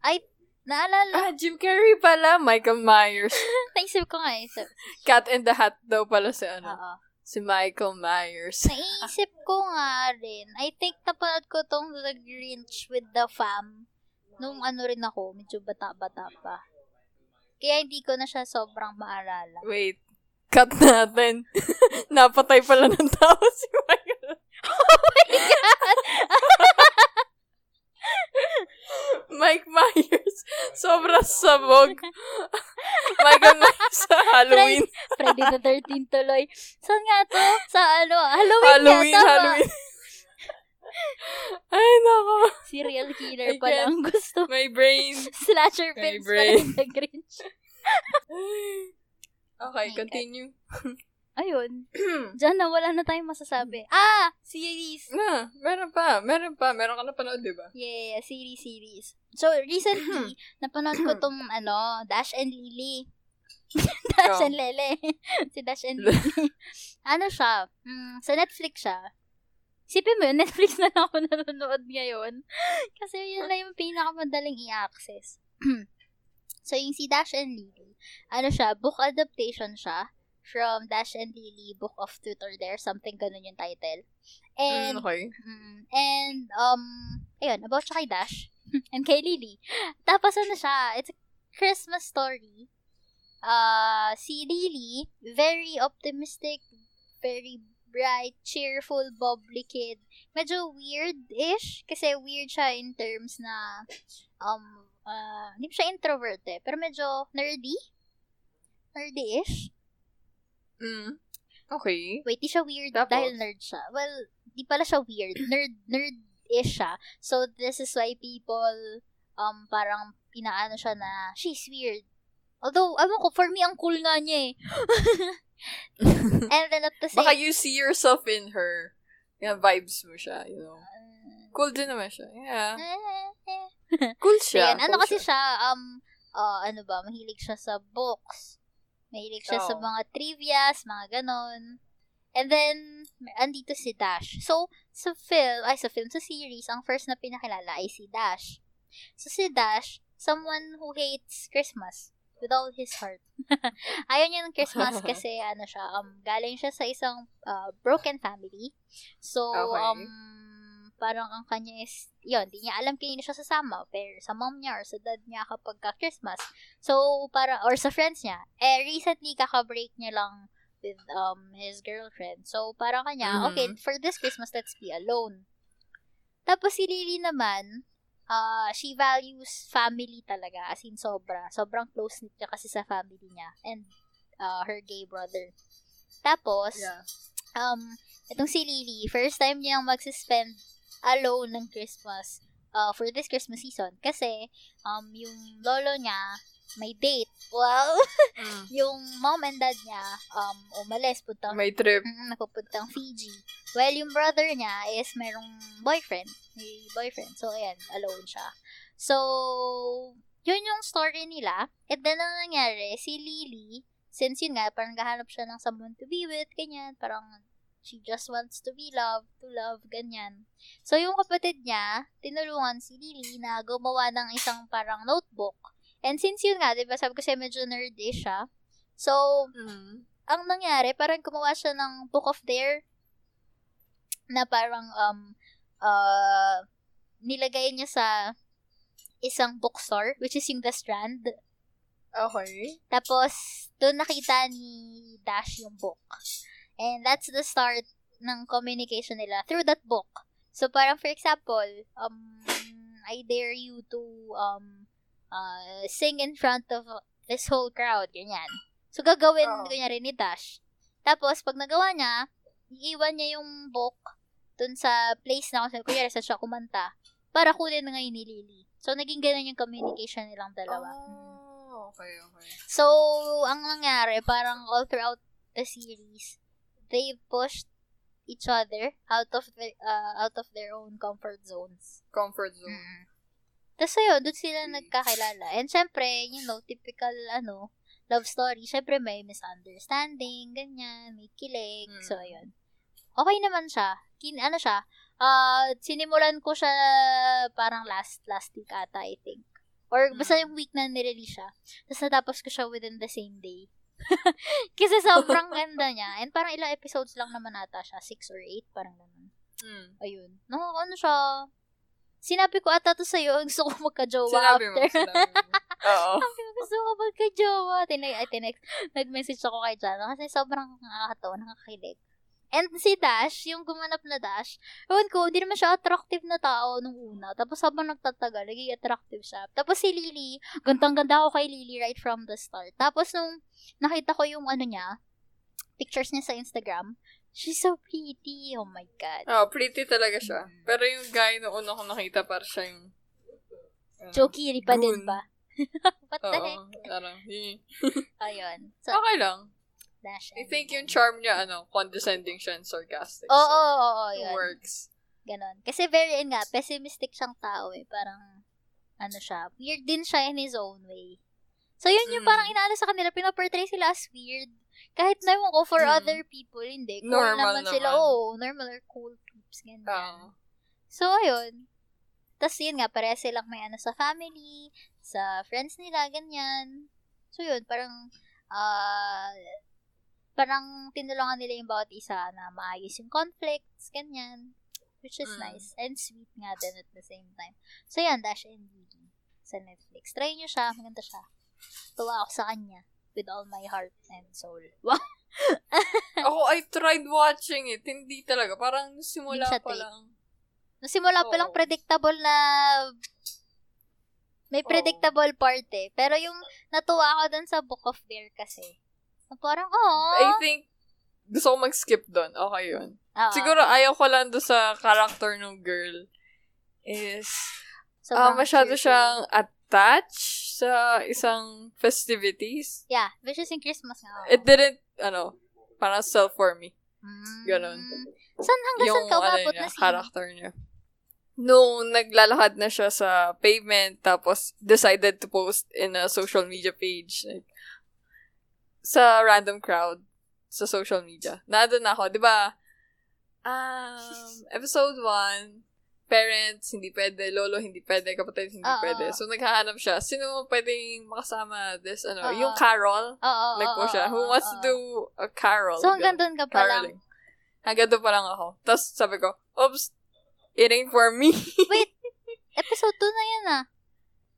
Speaker 2: Ay, naalala.
Speaker 1: Ah, Jim Carrey pala, Michael Myers.
Speaker 2: Naisip ko nga eh. So,
Speaker 1: Cat in the Hat daw pala si ano,
Speaker 2: oo.
Speaker 1: si Michael Myers.
Speaker 2: Naisip ko nga rin. I think napanood ko tong The Grinch with the fam. Nung ano rin ako, medyo bata-bata pa. Kaya hindi ko na siya sobrang maalala.
Speaker 1: Wait, cut natin. Napatay pala ng tao si Michael Oh Mike Myers. Sobrang sabog. Michael Myers sa Halloween.
Speaker 2: Friday the 13th tuloy. Saan nga to? Sa ano? Halloween,
Speaker 1: Halloween,
Speaker 2: nga. tama.
Speaker 1: Halloween. Ay, nako.
Speaker 2: Serial killer
Speaker 1: I
Speaker 2: pa lang gusto.
Speaker 1: My brain.
Speaker 2: Slasher
Speaker 1: My
Speaker 2: films pala
Speaker 1: brain.
Speaker 2: yung The Grinch.
Speaker 1: Okay,
Speaker 2: God.
Speaker 1: continue.
Speaker 2: Ayun. Diyan na, wala na tayong masasabi. Ah! Series!
Speaker 1: na, Ah, meron pa. Meron pa. Meron ka napanood, di ba?
Speaker 2: Yeah, series, series. So, recently, napanood ko tong, ano, Dash and Lily. Dash
Speaker 1: Oh.
Speaker 2: and Lele. si Dash and Lily. ano siya? Mm, sa Netflix siya. Isipin mo yun, Netflix na lang ako nanonood ngayon. Kasi yun na yung pinakamadaling i-access. so, yung si Dash and Lily, ano siya, book adaptation siya from Dash and Lily, Book of Tutor There, something ganun yung title.
Speaker 1: Mm,
Speaker 2: And,
Speaker 1: okay.
Speaker 2: Mm. And, um, ayun, about siya kay Dash and kay Lily. Tapos ano siya, it's a Christmas story. Uh, si Lily, very optimistic, very bright, cheerful, bubbly kid. Medyo weird-ish, kasi weird siya in terms na, um, ah, hindi siya introvert eh, pero medyo nerdy. Nerdy-ish.
Speaker 1: Mm. Okay.
Speaker 2: Wait, di siya weird
Speaker 1: Tapos?
Speaker 2: dahil nerd siya. Well, di pala siya weird. Nerd, nerd-ish siya. So, this is why people, um, parang inaano siya na, she's weird. Although, alam ko, for me, ang cool nga niya eh. And then at the same
Speaker 1: Baka you see yourself in her. Yan, vibes mo siya, you know.
Speaker 2: Mm.
Speaker 1: Cool din naman siya. Yeah.
Speaker 2: Eh,
Speaker 1: Cool
Speaker 2: So,
Speaker 1: siya.
Speaker 2: yun. ano
Speaker 1: cool
Speaker 2: kasi siya, um, ah, ano ba, mahilig siya sa books. Mahilig siya sa
Speaker 1: Oo.
Speaker 2: mga trivias, mga ganon. And then, andito si Dash. So, sa film, ay sa film, sa series, ang first na pinakilala ay si Dash. So, si Dash, someone who hates Christmas with all his heart. Ayaw niya ng Christmas kasi, ano siya, um, galing siya sa isang ah, broken family. So,
Speaker 1: Okay.
Speaker 2: um, parang ang kanya is, yun, di niya alam kanino siya sasama, pero sa mom niya or sa dad niya kapag ka-Christmas. So, para or sa friends niya. Eh, recently, kaka-break niya lang with um his girlfriend. So, parang kanya,
Speaker 1: Mhm.
Speaker 2: okay, for this Christmas, let's be alone. Tapos si Lily naman, ah she values family talaga. As in, sobra. Sobrang close niya kasi sa family niya and ah, her gay brother. Tapos,
Speaker 1: Yeah.
Speaker 2: um, itong si Lily, first time niyang mag-spend alone ng Christmas uh, for this Christmas season. Kasi, um, yung lolo niya, may date. Well,
Speaker 1: Mm.
Speaker 2: yung mom and dad niya, um, umalis, puntang,
Speaker 1: May trip.
Speaker 2: Mm, napupuntang Fiji. Well, yung brother niya is merong boyfriend. May boyfriend. So, ayan, alone siya. So, yun yung story nila. And then, ang nangyari, si Lily, since yun nga, parang gahanap siya ng someone to be with, ganyan, parang she just wants to be loved, to love, ganyan. So, yung kapatid niya, tinulungan si Lily na gumawa ng isang parang notebook. And since yun nga, di ba, sabi ko sa'yo, medyo nerdy siya. So,
Speaker 1: Mm.
Speaker 2: ang nangyari, parang gumawa siya ng Book of Dare na parang um uh, nilagay niya sa isang bookstore, which is yung The Strand.
Speaker 1: Okay.
Speaker 2: Tapos, doon nakita ni Dash yung book. And that's the start ng communication nila through that book. So, parang for example, um, I dare you to um, uh, sing in front of this whole crowd. Ganyan. So, gagawin
Speaker 1: Oo.
Speaker 2: kunyari ni Dash. Tapos, pag nagawa niya, iiwan niya yung book dun sa place na kung saan- kunyari sa siya kumanta para kunin na ngayon ni Lily. So, naging ganun yung communication nilang dalawa. Mm.
Speaker 1: Oh, okay, okay.
Speaker 2: So, ang nangyari, parang all throughout the series, they pushed each other out of the, uh, out of their own comfort zones.
Speaker 1: Comfort zone.
Speaker 2: Mm. Tapos ayun, doon sila
Speaker 1: Mm.
Speaker 2: nagkakilala. And syempre, you know, typical, ano, love story. Syempre, may misunderstanding, ganyan, may kilig.
Speaker 1: Mm.
Speaker 2: So, ayun. Okay naman siya. Kin, ano siya, ah sinimulan ko siya parang last, last week ata, I think. Or basta
Speaker 1: Mm.
Speaker 2: yung week na nirelease siya. Tapos natapos ko siya within the same day. Kasi sobrang ganda niya. And parang ilang episodes lang naman ata siya. Six or eight, parang ganun.
Speaker 1: Mm.
Speaker 2: Ayun. No, ano siya? Sinabi ko ata to sa'yo, gusto ko magka-jowa
Speaker 1: Sinabi mo,
Speaker 2: after.
Speaker 1: sinabi mo. Oo.
Speaker 2: gusto ko magka-jowa. Tinay, ay, tinext. Nag-message ako kay Jana kasi sobrang nakakatawa, nakakilig. And si Dash, yung gumanap na Dash, ewan ko, hindi naman siya attractive na tao nung una. Tapos habang nagtatagal, naging attractive siya. Tapos si Lily, gantang-ganda ako kay Lily right from the start. Tapos nung nakita ko yung ano niya, pictures niya sa Instagram, she's so pretty. Oh my God.
Speaker 1: Oh, pretty talaga siya.
Speaker 2: Mm.
Speaker 1: Pero yung guy na una ko nakita, para siya yung... ano,
Speaker 2: Chokiri pa din
Speaker 1: Goon.
Speaker 2: ba? What the heck?
Speaker 1: Oo, parang, eh.
Speaker 2: Ayun. So,
Speaker 1: Okay lang.
Speaker 2: Dash.
Speaker 1: I think yung charm niya, ano, condescending siya and sarcastic.
Speaker 2: Oo,
Speaker 1: So,
Speaker 2: oo, oo,
Speaker 1: it
Speaker 2: yun.
Speaker 1: works.
Speaker 2: Ganon. Kasi very, yun nga, pessimistic siyang tao eh. Parang, ano siya, weird din siya in his own way. So, yun yung
Speaker 1: Mm.
Speaker 2: parang inaano sa kanila, pinaportray sila as weird. Kahit na yung ko for
Speaker 1: Mm.
Speaker 2: other people, hindi. Cool
Speaker 1: Normal
Speaker 2: naman, sila.
Speaker 1: naman.
Speaker 2: Oo, normal or cool peeps, ganyan.
Speaker 1: Oo.
Speaker 2: So, ayun. Tapos, yun nga, pareha silang may ano sa family, sa friends nila, ganyan. So, yun, parang, ah, parang tinulungan nila yung bawat isa na maayos yung conflicts, ganyan. Which is
Speaker 1: Mm.
Speaker 2: nice. And sweet nga din at the same time. So, yan, Dash and Lily sa Netflix. Try nyo siya. Maganda siya. Tuwa ako sa kanya. With all my heart and soul. Wow!
Speaker 1: Ako, Oh, I tried watching it. Hindi talaga. Parang simula
Speaker 2: Hindi siya
Speaker 1: pa
Speaker 2: take.
Speaker 1: lang.
Speaker 2: Nung simula pa lang
Speaker 1: Oo.
Speaker 2: predictable na May predictable part eh. Pero yung natuwa ako dun sa Book of Bear kasi. na Parang, oh.
Speaker 1: I think, gusto ko mag-skip doon. Okay yun.
Speaker 2: Oo,
Speaker 1: Siguro, ayaw ko lang doon sa character ng girl is Ah,
Speaker 2: sobrang
Speaker 1: masyado
Speaker 2: cheerful.
Speaker 1: siyang attached sa isang festivities.
Speaker 2: Yeah, which is in Christmas nga.
Speaker 1: It didn't, ano, parang sell for me.
Speaker 2: Mm.
Speaker 1: ganun. ano
Speaker 2: Saan hanggang saan ka umabot na
Speaker 1: niya,
Speaker 2: si
Speaker 1: character niya. No, naglalakad na siya sa pavement, tapos decided to post in a social media page. Like, sa random crowd, sa social media. Nandun na ako, di ba? Um, episode 1, parents, hindi pwede, lolo, hindi pwede, kapatid, hindi
Speaker 2: Oo.
Speaker 1: pwede. So, naghahanap siya. Sino pwedeng makasama this, ano,
Speaker 2: Oo.
Speaker 1: yung Carol?
Speaker 2: Oo, oo,
Speaker 1: Nagpo
Speaker 2: oo,
Speaker 1: siya. Who
Speaker 2: oo,
Speaker 1: wants to
Speaker 2: oo.
Speaker 1: do a Carol?
Speaker 2: ah, So hanggang dun ka pa lang.
Speaker 1: Caroling. Hanggang doon pa lang ako. Tapos sabi ko, oops, it ain't for me.
Speaker 2: Episode 2 na yan ah.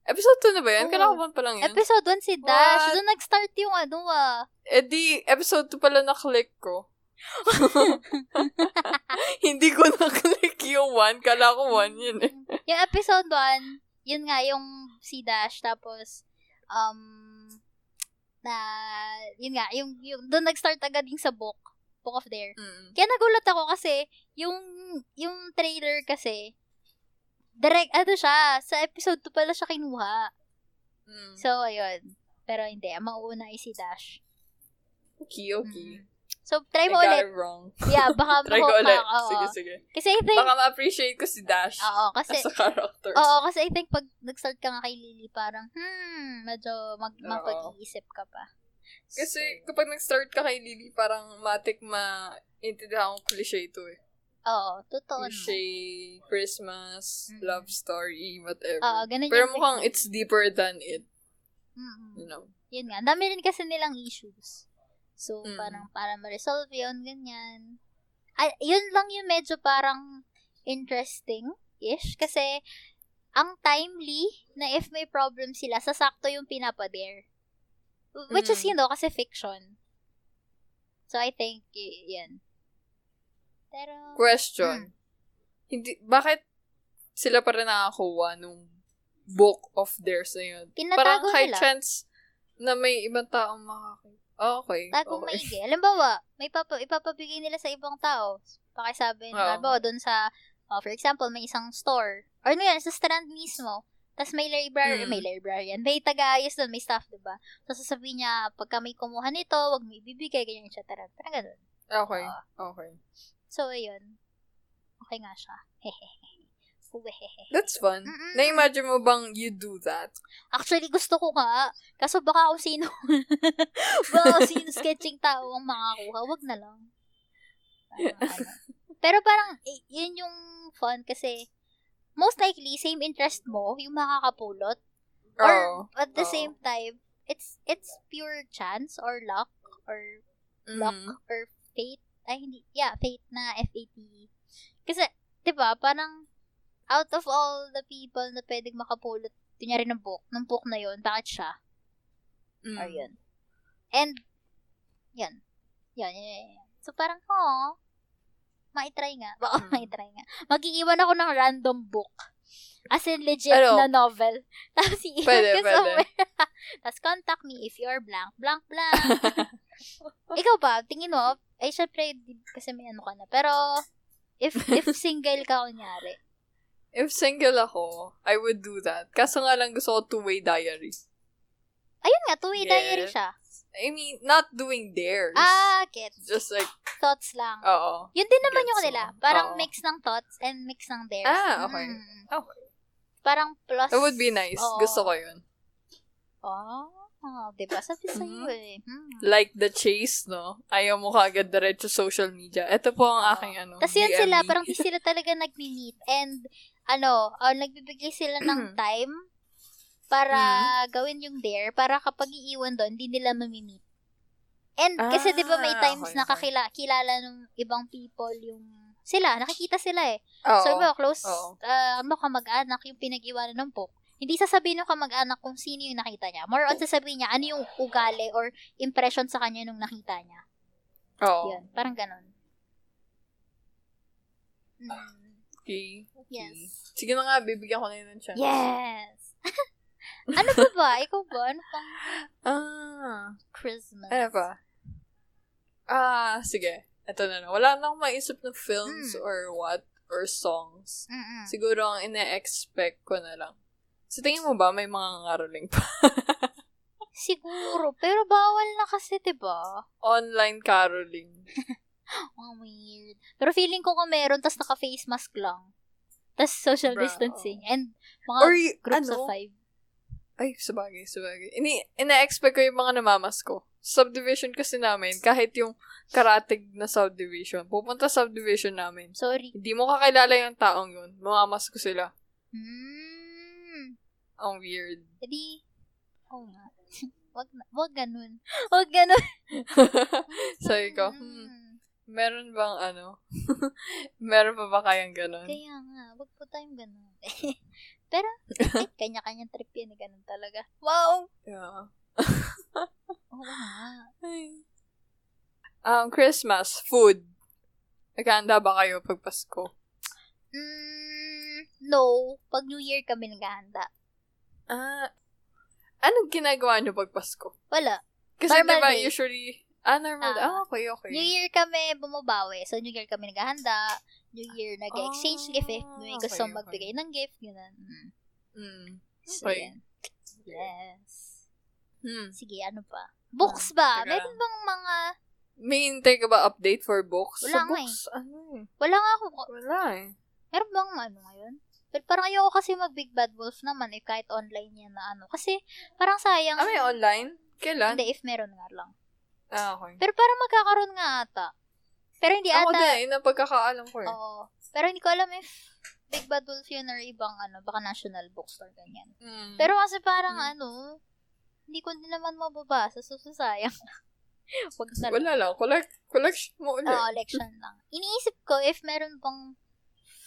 Speaker 1: episode 2 na ba yan?
Speaker 2: Oo.
Speaker 1: Kalakaban pa lang yun.
Speaker 2: Episode 1 si Dash.
Speaker 1: What?
Speaker 2: Doon nag-start yung ano ah.
Speaker 1: eh di, episode 2 pala na-click ko. Hindi ko na-click yung 1. Kala ko 1 yun eh.
Speaker 2: Mm-hmm. yung episode 1, yun nga, yung si Dash, tapos, um, na, yun nga, yung, yung doon nag-start agad yung sa book, book of there.
Speaker 1: Mm.
Speaker 2: Kaya nagulat ako kasi, yung, yung trailer kasi, direct, ano siya, sa episode 2 pala siya kinuha.
Speaker 1: Mm.
Speaker 2: So, ayun. Pero hindi, ang mauuna ay si Dash.
Speaker 1: Okay, okay.
Speaker 2: Mm. So,
Speaker 1: I
Speaker 2: try mo
Speaker 1: got
Speaker 2: ulit.
Speaker 1: it wrong.
Speaker 2: Yeah, baka
Speaker 1: Try ko
Speaker 2: mahook ka,
Speaker 1: ulit.
Speaker 2: oo.
Speaker 1: Sige, sige.
Speaker 2: Kasi I think,
Speaker 1: Baka ma-appreciate ko si Dash
Speaker 2: oo, kasi,
Speaker 1: as a character.
Speaker 2: Oo, kasi I think pag nag-start ka nga kay Lily, parang, hmm, medyo mag
Speaker 1: Oo.
Speaker 2: mapag-iisip ka pa.
Speaker 1: Kasi kapag nag-start ka kay Lily, parang matik ma-intindihan kong cliche ito eh.
Speaker 2: Oo, totoo na.
Speaker 1: Cliche, Christmas,
Speaker 2: Mm.
Speaker 1: love story, whatever.
Speaker 2: Oo, Ah, ganun
Speaker 1: Pero
Speaker 2: yung-
Speaker 1: mukhang it's deeper than it, you
Speaker 2: Mm-mm.
Speaker 1: know.
Speaker 2: Yun nga, ang dami rin kasi nilang issues. So,
Speaker 1: Mm.
Speaker 2: parang para ma-resolve yun, ganyan. Ay, yun lang yung medyo parang interesting-ish. Kasi, ang timely na if may problem sila, sasakto yung pinapadare. Which is,
Speaker 1: Mm.
Speaker 2: you know, kasi fiction. So, I think, y- yun. Pero,
Speaker 1: Question.
Speaker 2: Mm.
Speaker 1: Hindi, bakit sila pa rin nakakuha nung book of theirs na yun? Parang
Speaker 2: Tinatago
Speaker 1: high
Speaker 2: nila.
Speaker 1: chance na may ibang taong makakita. Oh, okay.
Speaker 2: Tago
Speaker 1: okay.
Speaker 2: maigi. Halimbawa, may papa, ipapabigay nila sa ibang tao. Pakisabi nila,
Speaker 1: Oo.
Speaker 2: halimbawa, doon sa, oh, for example, may isang store. Or ano yan, sa strand mismo. Tapos may
Speaker 1: Mm.
Speaker 2: library, may librarian. May tagayos doon, may staff, diba? Tapos sasabihin niya, pagka may kumuha nito, wag mo ibibigay, ganyan, etc. Parang ganun.
Speaker 1: Okay,
Speaker 2: Ah.
Speaker 1: okay.
Speaker 2: So, ayun. Okay nga siya. Hehehe. Uwehehe.
Speaker 1: That's fun.
Speaker 2: Mm-mm.
Speaker 1: Na-imagine mo bang you do that?
Speaker 2: Actually, gusto ko nga. Kaso baka kung sino, baka kung sino sketching tao ang makakuha, wag na lang. Parang ano. Pero parang, eh, yun yung fun kasi, most likely, same interest mo, yung makakapulot.
Speaker 1: Oh.
Speaker 2: Or, at
Speaker 1: oo.
Speaker 2: the same time, it's it's pure chance or luck or luck
Speaker 1: Mhm.
Speaker 2: or fate. Ay, hindi. Yeah, fate na F-A-T-E. E. Kasi, di ba, parang, out of all the people na pwedeng makapulot, kunyari ng book, ng book na yun, bakit siya?
Speaker 1: Mm.
Speaker 2: Or yun. And, yun. Yun, yun, yun, yun. So, parang, oh, maitry nga. Baka
Speaker 1: Mm.
Speaker 2: maitry nga. Mag-iiwan ako ng random book. As in, legit
Speaker 1: Ano?
Speaker 2: na novel. Tapos, iiwan
Speaker 1: Pwede,
Speaker 2: ka
Speaker 1: pwede.
Speaker 2: somewhere. Tapos, contact me if you're blank, blank, blank. Ikaw ba, tingin mo, ay, syempre, di- kasi may ano ka na. Pero, if if single ka, kunyari.
Speaker 1: If single ako, I would do that. Kaso nga lang gusto ko two-way diary.
Speaker 2: Ayun nga, two-way
Speaker 1: Yes.
Speaker 2: diary siya.
Speaker 1: I mean, not doing theirs.
Speaker 2: Ah, get.
Speaker 1: Just like,
Speaker 2: Thoughts lang.
Speaker 1: oo.
Speaker 2: Yun din naman
Speaker 1: Gets
Speaker 2: yung
Speaker 1: mo.
Speaker 2: kanila. Parang
Speaker 1: Oo.
Speaker 2: mix ng thoughts and mix ng theirs.
Speaker 1: Ah, okay.
Speaker 2: Mm.
Speaker 1: Okay.
Speaker 2: Parang plus.
Speaker 1: That would be nice.
Speaker 2: Oo.
Speaker 1: Gusto ko yun.
Speaker 2: Oh, oh diba? Sabi
Speaker 1: Mm-hmm.
Speaker 2: sa'yo eh. Hmm.
Speaker 1: Like the chase, no? Ayaw mo kaagad diretso social media. Ito po ang
Speaker 2: Oo.
Speaker 1: aking ano.
Speaker 2: Tapos yun
Speaker 1: DM
Speaker 2: sila,
Speaker 1: me.
Speaker 2: parang di sila talaga nag-meet. And, ano, uh, nagbibigay sila
Speaker 1: Mm-hmm.
Speaker 2: ng time para gawin yung dare, para kapag iiwan doon, hindi nila mamimit. And
Speaker 1: Ah,
Speaker 2: kasi 'di ba may times
Speaker 1: okay,
Speaker 2: na
Speaker 1: okay.
Speaker 2: kakila kilala ng ibang people yung sila, nakikita sila eh.
Speaker 1: Oo.
Speaker 2: So, ba, close,
Speaker 1: Oo.
Speaker 2: ah, ano kamag-anak yung pinag-iwanan ng book. Hindi sasabihin ng kamag-anak kung sino yung nakita niya. More on sasabihin niya ano yung ugali or impression sa kanya nung nakita niya.
Speaker 1: Oo.
Speaker 2: Yun, parang ganun. Mm,
Speaker 1: Okay.
Speaker 2: yes. Mm,
Speaker 1: Sige na nga, bibigyan ko na yun ng chance.
Speaker 2: Yes! Ano ba ba? Ikaw ba? Ano pang
Speaker 1: Ah,
Speaker 2: Christmas?
Speaker 1: ano ba? Ah, sige. Ito na lang. Wala na akong maisip na films
Speaker 2: Mm.
Speaker 1: or what or songs.
Speaker 2: Mm-mm.
Speaker 1: Siguro ang ina-expect ko na lang. Sa tingin mo ba may mga ngaraling pa?
Speaker 2: Siguro. Pero bawal na kasi, di ba?
Speaker 1: Online caroling.
Speaker 2: Mga weird. Pero feeling ko kung meron, tas naka-face mask lang. Tas social
Speaker 1: Bro.
Speaker 2: distancing. And mga
Speaker 1: Or, y-
Speaker 2: groups
Speaker 1: ano?
Speaker 2: of five.
Speaker 1: Ay, sabagay, sabagay. Ini, ina-expect ko yung mga namamas ko. Subdivision kasi namin, kahit yung karatig na subdivision, pupunta subdivision namin.
Speaker 2: Sorry.
Speaker 1: Hindi mo kakilala yung taong yun. Mamamas ko sila.
Speaker 2: Hmm.
Speaker 1: Ang weird.
Speaker 2: Edi, oo nga. wag, na- wag ganun. Wag ganun.
Speaker 1: Sabi ko, hmm,
Speaker 2: Mm.
Speaker 1: meron bang ano? meron pa ba kayang ganun?
Speaker 2: Kaya nga, wag po tayong ganun. Pero, eh, kanya-kanyang trip yan. eh, Ganun talaga. Wow!
Speaker 1: Yeah.
Speaker 2: Oo nga.
Speaker 1: Ay. Um, Christmas, food. Nagkahanda ba kayo pag Pasko?
Speaker 2: Mm, no. Pag New Year kami naghahanda.
Speaker 1: Ah, anong ginagawa niyo pag Pasko?
Speaker 2: Wala.
Speaker 1: Kasi diba
Speaker 2: Normal day.
Speaker 1: usually, ah, normal.
Speaker 2: Ah.
Speaker 1: ah, okay, okay.
Speaker 2: New Year kami bumabawi. So, New Year kami naghahanda. New Year, nag-exchange
Speaker 1: Ah,
Speaker 2: gift if may gusto
Speaker 1: okay, okay.
Speaker 2: magbigay ng gift. Ganun. Mm.
Speaker 1: Mm.
Speaker 2: So,
Speaker 1: Okay.
Speaker 2: yan. Yes.
Speaker 1: Hmm.
Speaker 2: Sige, ano pa? Books ba?
Speaker 1: Ah, teka
Speaker 2: Meron bang mga...
Speaker 1: May hintay ka ba update for books?
Speaker 2: Wala
Speaker 1: Sa
Speaker 2: nga
Speaker 1: books, ano eh.
Speaker 2: Wala nga ako.
Speaker 1: Wala eh.
Speaker 2: Meron bang ano ngayon? Pero parang ayoko kasi mag Big Bad Wolf naman eh, kahit online yan na ano. Kasi parang sayang.
Speaker 1: Ah, may online? Kailan?
Speaker 2: Hindi, if meron nga lang.
Speaker 1: Ah, okay.
Speaker 2: Pero parang magkakaroon nga ata. Pero hindi
Speaker 1: Ako
Speaker 2: ata.
Speaker 1: din, yun ang pagkakaalam ko eh.
Speaker 2: Oo. Pero hindi ko alam if Big Bad Wolf yun or ibang ano, baka national bookstore ganyan.
Speaker 1: Mm.
Speaker 2: Oh. Pero kasi parang
Speaker 1: Mm.
Speaker 2: ano, hindi ko din naman mababasa, so sayang. Wag na lang.
Speaker 1: Wala lang. Collect, collection mo ulit.
Speaker 2: Oo, Ah, election lang. Iniisip ko if meron bang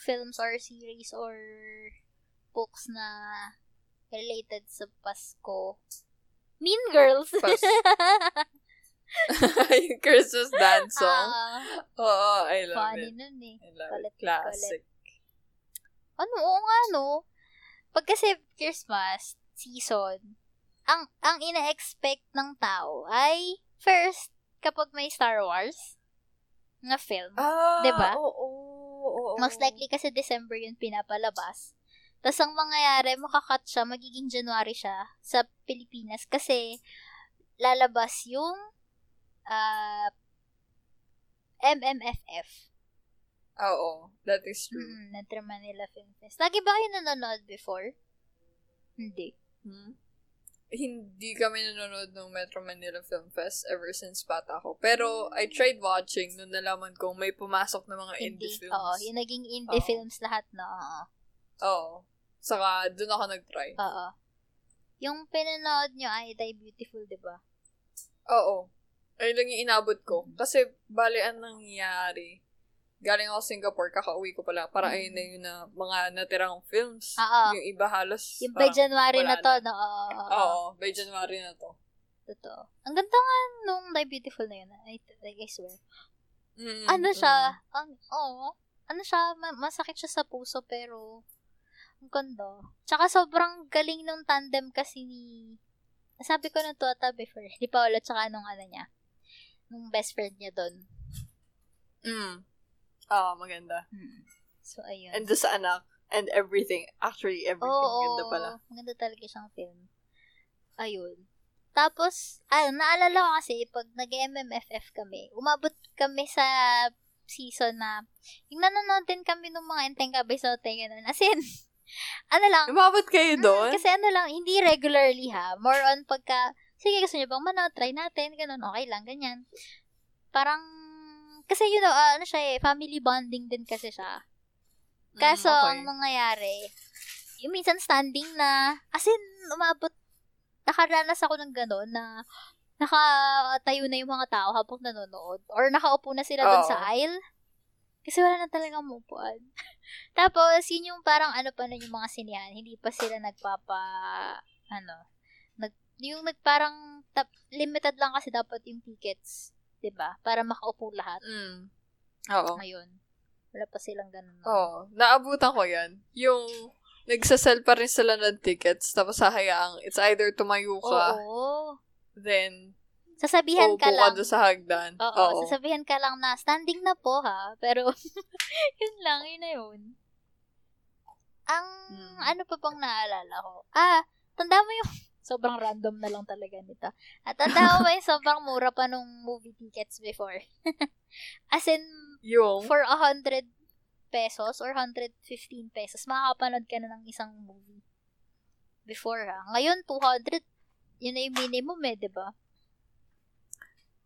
Speaker 2: films or series or books na related sa Pasko. Mean Girls.
Speaker 1: Pas- yung Christmas dance song.
Speaker 2: Ah,
Speaker 1: Oo, I love it.
Speaker 2: funny nun eh.
Speaker 1: I love
Speaker 2: Kulit,
Speaker 1: it. Classic.
Speaker 2: Ano, oo nga no. Pag kasi Christmas season, ang ang ina-expect ng tao ay first, kapag may Star Wars na film,
Speaker 1: Ah,
Speaker 2: Diba?
Speaker 1: Oo, oo, oo.
Speaker 2: Most likely kasi December yun pinapalabas. Tapos ang mangyayari, makakat siya, magiging January siya sa Pilipinas kasi lalabas yung ah, MMFF.
Speaker 1: Ah, Oo, that is true.
Speaker 2: Mm, Metro Manila Film Fest. Lagi ba kayo nanonood before? Hindi.
Speaker 1: Hmm? Hindi kami nanonood ng Metro Manila Film Fest ever since bata ko. Pero I tried watching nung nalaman kong may pumasok na mga
Speaker 2: Hindi.
Speaker 1: indie films.
Speaker 2: Oo, yung naging indie
Speaker 1: Oo.
Speaker 2: films lahat na. Oo.
Speaker 1: Oo. Saka doon ako nag-try.
Speaker 2: Oo. Yung pinanood nyo ay Die Beautiful, di ba?
Speaker 1: Oo. Ayun lang yung inabot ko.
Speaker 2: Mm-hmm.
Speaker 1: Kasi, bali, ang nangyari, galing ako Singapore, kakauwi ko pala. Para ayun
Speaker 2: Mm-hmm.
Speaker 1: na yun na mga natirang films.
Speaker 2: Oo.
Speaker 1: Yung iba halos.
Speaker 2: Ah, Yung by
Speaker 1: parang-
Speaker 2: January na
Speaker 1: Ah, wala
Speaker 2: to, no? Oo. oo, oo.
Speaker 1: Oo, by January na to.
Speaker 2: Totoo. Ang ganda nga nung Die Beautiful na yun. ah. I, like, I swear.
Speaker 1: Mm,
Speaker 2: Ano
Speaker 1: mm.
Speaker 2: siya? Ang, oh, ano siya? ma- masakit siya sa puso pero ang ganda. Tsaka sobrang galing nung tandem kasi ni sabi ko nung Tuata before, di Paolo tsaka nung ano niya, nung best friend niya doon.
Speaker 1: Mm. Oo, maganda.
Speaker 2: Hmm. So, ayun.
Speaker 1: And doon sa anak, and everything. Actually, everything. Ganda pala.
Speaker 2: Maganda talaga siyang film. Ayun. Tapos, ah, naalala ko kasi, pag nag-MMFF kami, umabot kami sa season na, yung nanonood din kami ng mga Enteng Kabay sa Hotel, ganun. As in, ano lang,
Speaker 1: Umabot kayo doon?
Speaker 2: kasi ano lang, hindi regularly ha. More on pagka, sige, gusto niyo bang manood? Try natin. Ganun, okay lang, ganyan. Parang, kasi you know, ah, ano siya eh, family bonding din kasi siya.
Speaker 1: Mm,
Speaker 2: Kaso,
Speaker 1: okay.
Speaker 2: ang nangyayari, yung minsan standing na, as in, umabot, nakaranas ako ng gano'n na nakatayo na yung mga tao habang nanonood. Or nakaupo na sila doon
Speaker 1: Oo.
Speaker 2: sa aisle. Kasi wala na talagang mupuan. Tapos, yun yung parang ano pa nun yung mga sinihan. Hindi pa sila nagpapa, ano, nag, yung nagparang, tap, limited lang kasi dapat yung tickets. 'di ba Para makaupo lahat.
Speaker 1: Mm. Oo.
Speaker 2: Ngayon, wala pa silang ganun.
Speaker 1: Oo. Naabutan ko yan. Yung nagsasell pa rin sila ng tickets, tapos hahayaang, it's either tumayo ka,
Speaker 2: Oo.
Speaker 1: then, uupo
Speaker 2: Sasabihan
Speaker 1: ka
Speaker 2: ka lang.
Speaker 1: doon sa hagdan.
Speaker 2: Oo, sasabihan ka lang na standing na po ha, pero yun lang, yun na yun. Ang
Speaker 1: Hmm.
Speaker 2: ano pa pang naalala ko? Ah, tanda mo yung sobrang random na lang talaga nito. At tanda mo ba yung sobrang mura pa nung movie tickets before? As in,
Speaker 1: Yung,
Speaker 2: for 100 pesos or 115 pesos, makakapanood ka na ng isang movie. Before ha. Ngayon, 200, yun na yung minimum eh, di ba?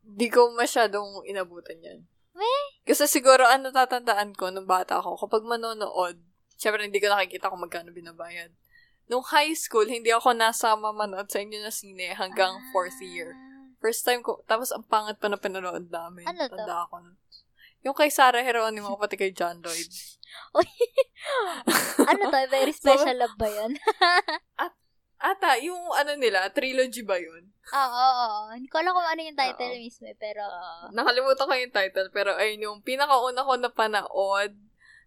Speaker 1: di ko masyadong inabutan yan.
Speaker 2: Weh?
Speaker 1: Kasi siguro, ang natatandaan ko nung bata ko, kapag manonood, syempre hindi ko nakikita kung magkano binabayad. Nung high school, hindi ako nasama manood sa inyo na sine hanggang
Speaker 2: Ah.
Speaker 1: fourth year. First time ko, tapos ang pangat pa na pinanood namin.
Speaker 2: Ano to?
Speaker 1: Tanda ako. nun. Yung kay Sarah Heronimo, pati kay John Lloyd.
Speaker 2: ano to? Very special love ba yun?
Speaker 1: Ata, yung ano nila, trilogy ba yun?
Speaker 2: Oo, oo, oo. Hindi ko alam kung ano yung title
Speaker 1: Oo.
Speaker 2: mismo eh, pero oo.
Speaker 1: Nakalimutan ko yung title, pero ayun yung pinakauna ko napanood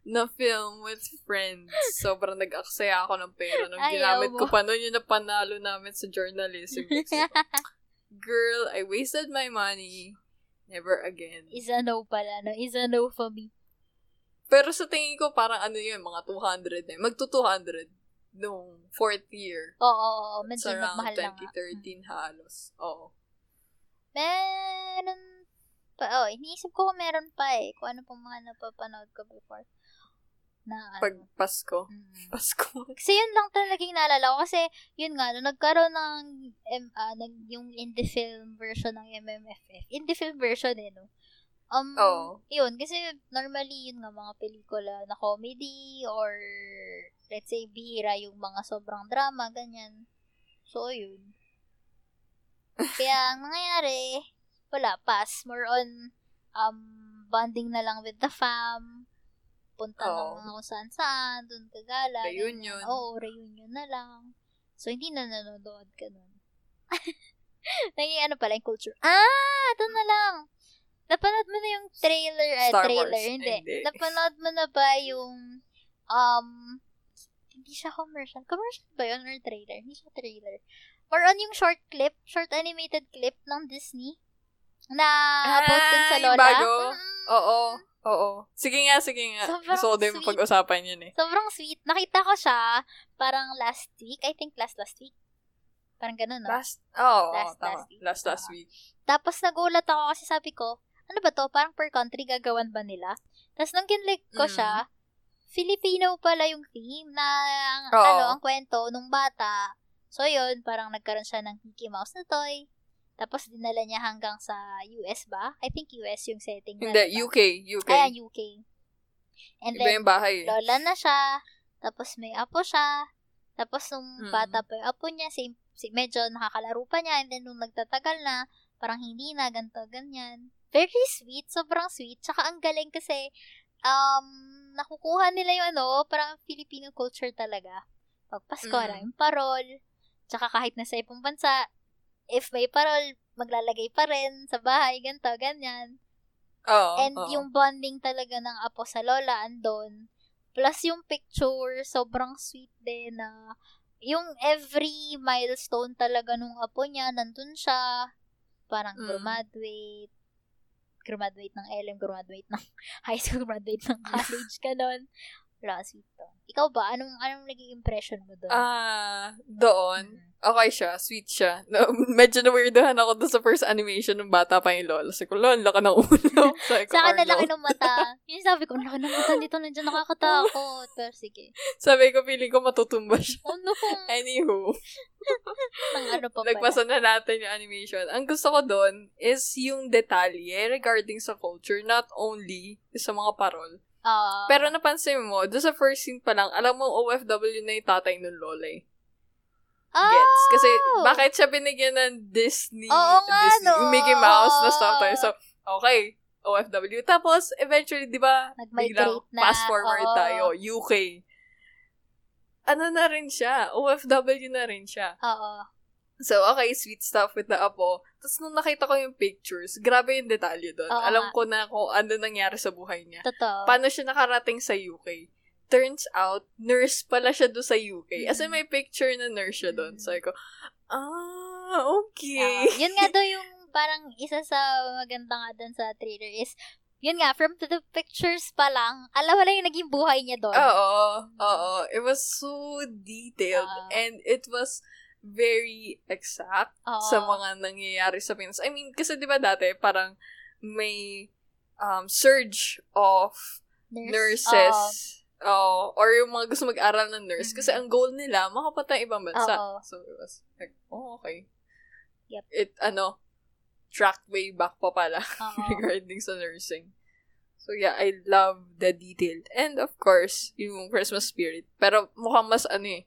Speaker 1: na film with friends. Sobrang nag-aksaya ako ng pera nung
Speaker 2: Ayaw
Speaker 1: ginamit ko
Speaker 2: mo.
Speaker 1: pa noon yung napanalo namin sa journalism. Exam. Girl, I wasted my money. Never again.
Speaker 2: is a no pala, no? Is a no for me.
Speaker 1: Pero sa tingin ko, parang ano yun, mga 200 na. yun. Magto 200 nung fourth year.
Speaker 2: Oo, oo, oo.
Speaker 1: Sa
Speaker 2: Medyo
Speaker 1: around
Speaker 2: nagmahal na nga. Ano?
Speaker 1: 2013 halos. Oo.
Speaker 2: Meron pa, oh, iniisip ko kung meron pa eh. Kung ano pong mga napapanood ko before. Na, ano.
Speaker 1: Pag Pasko.
Speaker 2: Mm.
Speaker 1: Pasko.
Speaker 2: Kasi yun lang talaga naging naalala ko. Kasi, yun nga, nung nagkaroon ng, M, ah, nag- yung indie film version ng MMFF. Indie film version eh, no? Um,
Speaker 1: Oo.
Speaker 2: Yun, kasi normally yun nga mga pelikula na comedy or let's say bihira yung mga sobrang drama, ganyan. So, yun. Kaya, ang nangyayari, wala, pass. More on, um, bonding na lang with the fam, punta
Speaker 1: Oo.
Speaker 2: ng mga kung saan-saan, dun kagala.
Speaker 1: Reunion.
Speaker 2: ganyan. Oo, reunion na lang. So, hindi na nanonood ka nun. Naging ano pala yung culture. Ah, ito na lang. Napanood mo na yung trailer, eh,
Speaker 1: Star
Speaker 2: trailer,
Speaker 1: Wars.
Speaker 2: hindi.
Speaker 1: Hindi.
Speaker 2: Napanood mo na ba yung, um, hindi siya commercial. Commercial ba yun or trailer? Hindi siya trailer. Or on yung short clip, short animated clip ng Disney na
Speaker 1: Ah,
Speaker 2: about dun sa
Speaker 1: yung
Speaker 2: Lola.
Speaker 1: bago?
Speaker 2: Mm-mm.
Speaker 1: Oo. Oo. Sige nga, sige nga.
Speaker 2: Sobrang
Speaker 1: Gusto ko din
Speaker 2: sweet.
Speaker 1: pag-usapan yun eh.
Speaker 2: Sobrang sweet. Nakita ko siya parang last week. I think last last week. Parang ganun, no?
Speaker 1: Last, oo, oo,
Speaker 2: Last-
Speaker 1: tama.
Speaker 2: last week.
Speaker 1: Last, last
Speaker 2: Oo.
Speaker 1: week.
Speaker 2: Tapos nagulat ako kasi sabi ko, ano ba to? Parang per country gagawan ba nila? Tapos nung kinlik ko
Speaker 1: Mm.
Speaker 2: siya, Filipino pala yung theme na ang,
Speaker 1: Oo.
Speaker 2: ano, ang kwento nung bata. So yun, parang nagkaroon siya ng Mickey Mouse na toy. Tapos dinala niya hanggang sa US ba? I think US yung setting. na,
Speaker 1: Hindi,
Speaker 2: di ba?
Speaker 1: UK, UK.
Speaker 2: Ayan, UK. And
Speaker 1: Iba
Speaker 2: then,
Speaker 1: yung bahay eh.
Speaker 2: lola na siya, tapos may apo siya, tapos nung
Speaker 1: Mm.
Speaker 2: bata pa yung apo niya, si, si, medyo nakakalaro pa niya, and then nung nagtatagal na, parang hindi na, ganito, ganyan. Very sweet, sobrang sweet, tsaka ang galing kasi, um, nakukuha nila yung ano, parang Filipino culture talaga. Pag Pasko,
Speaker 1: Mm.
Speaker 2: maraming parol, tsaka kahit nasa ibang bansa, if may parol, maglalagay pa rin sa bahay, ganito, ganyan.
Speaker 1: Oo.
Speaker 2: And
Speaker 1: oo.
Speaker 2: yung bonding talaga ng apo sa lola andon. Plus yung picture, sobrang sweet din na yung every milestone talaga nung apo niya, nandun siya. Parang
Speaker 1: Mm.
Speaker 2: graduate, graduate ng LM, graduate ng high school, graduate ng college, ganun. Wala, sweet to. Ikaw ba? Anong, anong naging impression mo doon?
Speaker 1: Ah, doon.
Speaker 2: Mm.
Speaker 1: Okay siya, sweet siya. No, medyo na-weirdohan ako doon sa first animation ng bata pa yung lolo. Sabi ko, lolo, laka ng ulo. Sabi ko, "Ano?"
Speaker 2: Sa akin na
Speaker 1: Arnold.
Speaker 2: laki ng mata. Yung sabi ko, laki ng mata dito, nandiyan nakakatakot. Pero sige.
Speaker 1: Sabi ko, feeling ko matutumba siya.
Speaker 2: Oh no.
Speaker 1: Anywho,
Speaker 2: Ang ano pa pala.
Speaker 1: nagpasa na natin yung animation. Ang gusto ko doon is yung detalye regarding sa culture, not only sa mga parol.
Speaker 2: Ah.
Speaker 1: Pero napansin mo, doon sa first scene pa lang, alam mo OFW na yung tatay ng lola eh. Gets. Kasi
Speaker 2: Oh!
Speaker 1: bakit siya binigyan ng Disney,
Speaker 2: Oo nga,
Speaker 1: Disney
Speaker 2: no?
Speaker 1: yung Mickey Mouse na
Speaker 2: Oo.
Speaker 1: statue. So, okay, OFW. Tapos, eventually, di ba,
Speaker 2: Nag-migrate
Speaker 1: biglang
Speaker 2: na,
Speaker 1: fast forward
Speaker 2: oo.
Speaker 1: tayo, UK. Ano na rin siya? OFW na rin siya.
Speaker 2: Oo.
Speaker 1: So, okay, sweet stuff with the apo. Tapos, nung nakita ko yung pictures, grabe yung detalye doon.
Speaker 2: Oo
Speaker 1: Alam
Speaker 2: nga.
Speaker 1: ko na kung ano nangyari sa buhay niya.
Speaker 2: Totoo.
Speaker 1: Paano siya nakarating sa UK. turns out, nurse pala siya doon sa UK. As in, may picture na nurse siya doon. So, I go, ah,
Speaker 2: Ah,
Speaker 1: okay.
Speaker 2: yun nga daw yung parang isa sa maganda nga dun sa trailer is, yun nga, from the pictures pa lang, alam mo lang yung naging buhay niya doon.
Speaker 1: Oh, Oo, oo. It was so detailed
Speaker 2: Ah.
Speaker 1: and it was very exact
Speaker 2: Oo.
Speaker 1: sa mga nangyayari sa Pinas. I mean, kasi 'di ba dati parang may um, surge of nurses. Oh,
Speaker 2: Oo.
Speaker 1: or yung mga gusto mag-aral ng nurse.
Speaker 2: Mhm.
Speaker 1: Kasi ang goal nila, makapunta ng ibang bansa.
Speaker 2: Oo.
Speaker 1: So, it was like, oh, okay.
Speaker 2: Yep.
Speaker 1: It, ano, track way back pa pala
Speaker 2: Oo.
Speaker 1: regarding sa nursing. So yeah, I love the detail. And of course, yung Christmas spirit. Pero mukhang mas ano eh,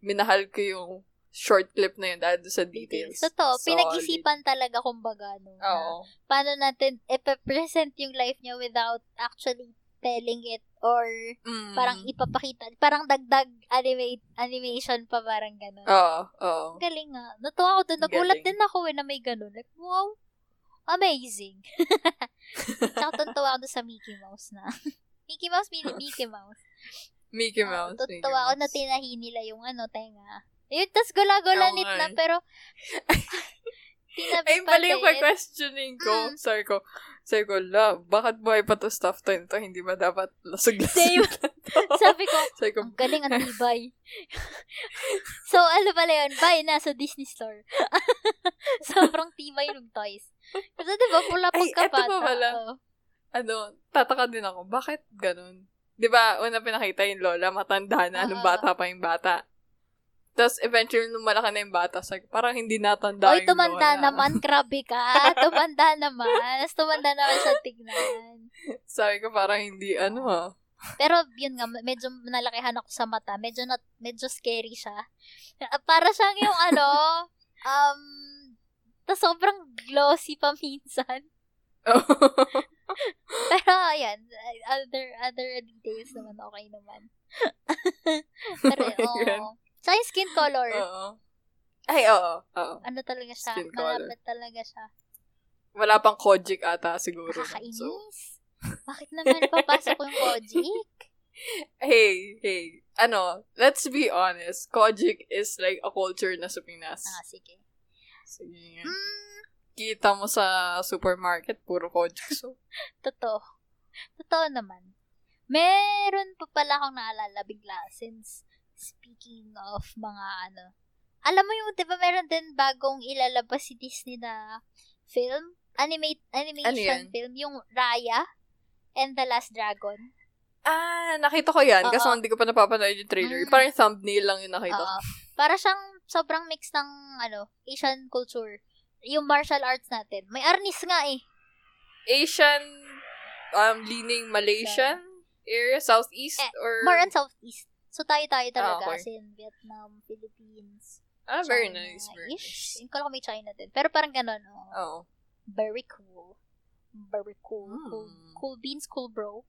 Speaker 1: minahal ko yung short clip na yun dahil doon sa details.
Speaker 2: Totoo,
Speaker 1: Solid.
Speaker 2: pinag-isipan talaga kumbaga, no? na
Speaker 1: Oo.
Speaker 2: Paano natin ipapresent yung life niya without actually telling it or
Speaker 1: Mm.
Speaker 2: parang ipapakita. Parang dagdag animate, animation pa, parang ganun.
Speaker 1: Oo, oo.
Speaker 2: Ang Galing nga. Natuwa ako doon. Nagulat
Speaker 1: Galing.
Speaker 2: din ako eh, na may ganun. Like, wow. Amazing. Tsaka tuntuwa ako dun sa Mickey Mouse na. Mickey Mouse, Minnie, Mickey Mouse.
Speaker 1: Mickey
Speaker 2: Oo,
Speaker 1: Mouse. Mickey
Speaker 2: tuntuwa ako na
Speaker 1: Mouse.
Speaker 2: tinahi nila yung ano, tenga. Ayun, tas gula-gulanit
Speaker 1: Oo nga
Speaker 2: na,
Speaker 1: eh.
Speaker 2: pero
Speaker 1: Ayun
Speaker 2: tinabi pa
Speaker 1: pala yung
Speaker 2: din.
Speaker 1: questioning ko.
Speaker 2: Mm.
Speaker 1: Sorry ko, sabi ko, love, bakit buhay pa to stuff to nito? Hindi ba dapat lasag-lasag
Speaker 2: Same. Sabi ko,
Speaker 1: Sabi ko,
Speaker 2: ang galing, ang tibay. so, ano pala yun? Bye, nasa Disney store. Sobrang tibay ng toys. Kasi diba, pula
Speaker 1: Ay, eto
Speaker 2: pagkabata. Oh.
Speaker 1: pa pala.
Speaker 2: oo.
Speaker 1: ano, tataka din ako, bakit ganun? 'Di ba una pinakita yung lola, matanda na, nung
Speaker 2: Oo.
Speaker 1: bata pa yung bata. Tapos, eventually, nung malaki na yung bata, sa- parang hindi natanda
Speaker 2: Oy,
Speaker 1: yung
Speaker 2: tumanda
Speaker 1: lola.
Speaker 2: naman, grabe ka. Tumanda naman. Mas tumanda naman sa tignan.
Speaker 1: Sabi ko, parang hindi, ano ah.
Speaker 2: Pero yun nga, medyo nalakihan ako sa mata. Medyo not, medyo scary siya. Ah, Para siyang yung ano, um, ta sobrang glossy pa minsan. Pero ayan, other other details naman okay naman. Pero
Speaker 1: my God.
Speaker 2: oo. Tsaka yung skin color.
Speaker 1: Oo. Ay, oo. oo.
Speaker 2: Ano talaga siya?
Speaker 1: Oh. Skin color.
Speaker 2: Malapit talaga siya.
Speaker 1: Wala pang Kojic ata, siguro. nun.
Speaker 2: Nakakainis.
Speaker 1: So,
Speaker 2: Bakit naman papasok yung logic?
Speaker 1: hey, hey. Ano, let's be honest. Kojic is like a culture na sa Pinas.
Speaker 2: Ah, sige.
Speaker 1: Sige nga.
Speaker 2: Mm,
Speaker 1: Kita mo sa supermarket, puro Kojic. So,
Speaker 2: totoo. Totoo naman. Meron pa pala akong naalala bigla since speaking of mga ano. Alam mo yung, di ba meron din bagong ilalabas si Disney na film? Animate, animation
Speaker 1: Ano yan?
Speaker 2: film. Yung Raya and the Last Dragon.
Speaker 1: Ah, nakita ko yan. Kasi
Speaker 2: Oo.
Speaker 1: hindi ko pa napapanood yung trailer.
Speaker 2: Mm.
Speaker 1: Parang thumbnail lang yung nakita ko.
Speaker 2: Oo. Para siyang sobrang mix ng ano, Asian culture. Yung martial arts natin. May arnis nga eh.
Speaker 1: Asian, um, leaning Malaysian area, Southeast,
Speaker 2: Eh,
Speaker 1: or...
Speaker 2: More on Southeast. So, tayo-tayo talaga.
Speaker 1: Hmm. Ah, okay.
Speaker 2: As in, Vietnam, Philippines,
Speaker 1: ah, very nice. Very
Speaker 2: China-ish.
Speaker 1: nice.
Speaker 2: Yung ko may China din. Pero parang ganun, oh.
Speaker 1: Oo.
Speaker 2: Very cool. Very cool. Cool,
Speaker 1: Mm.
Speaker 2: cool beans, cool bro.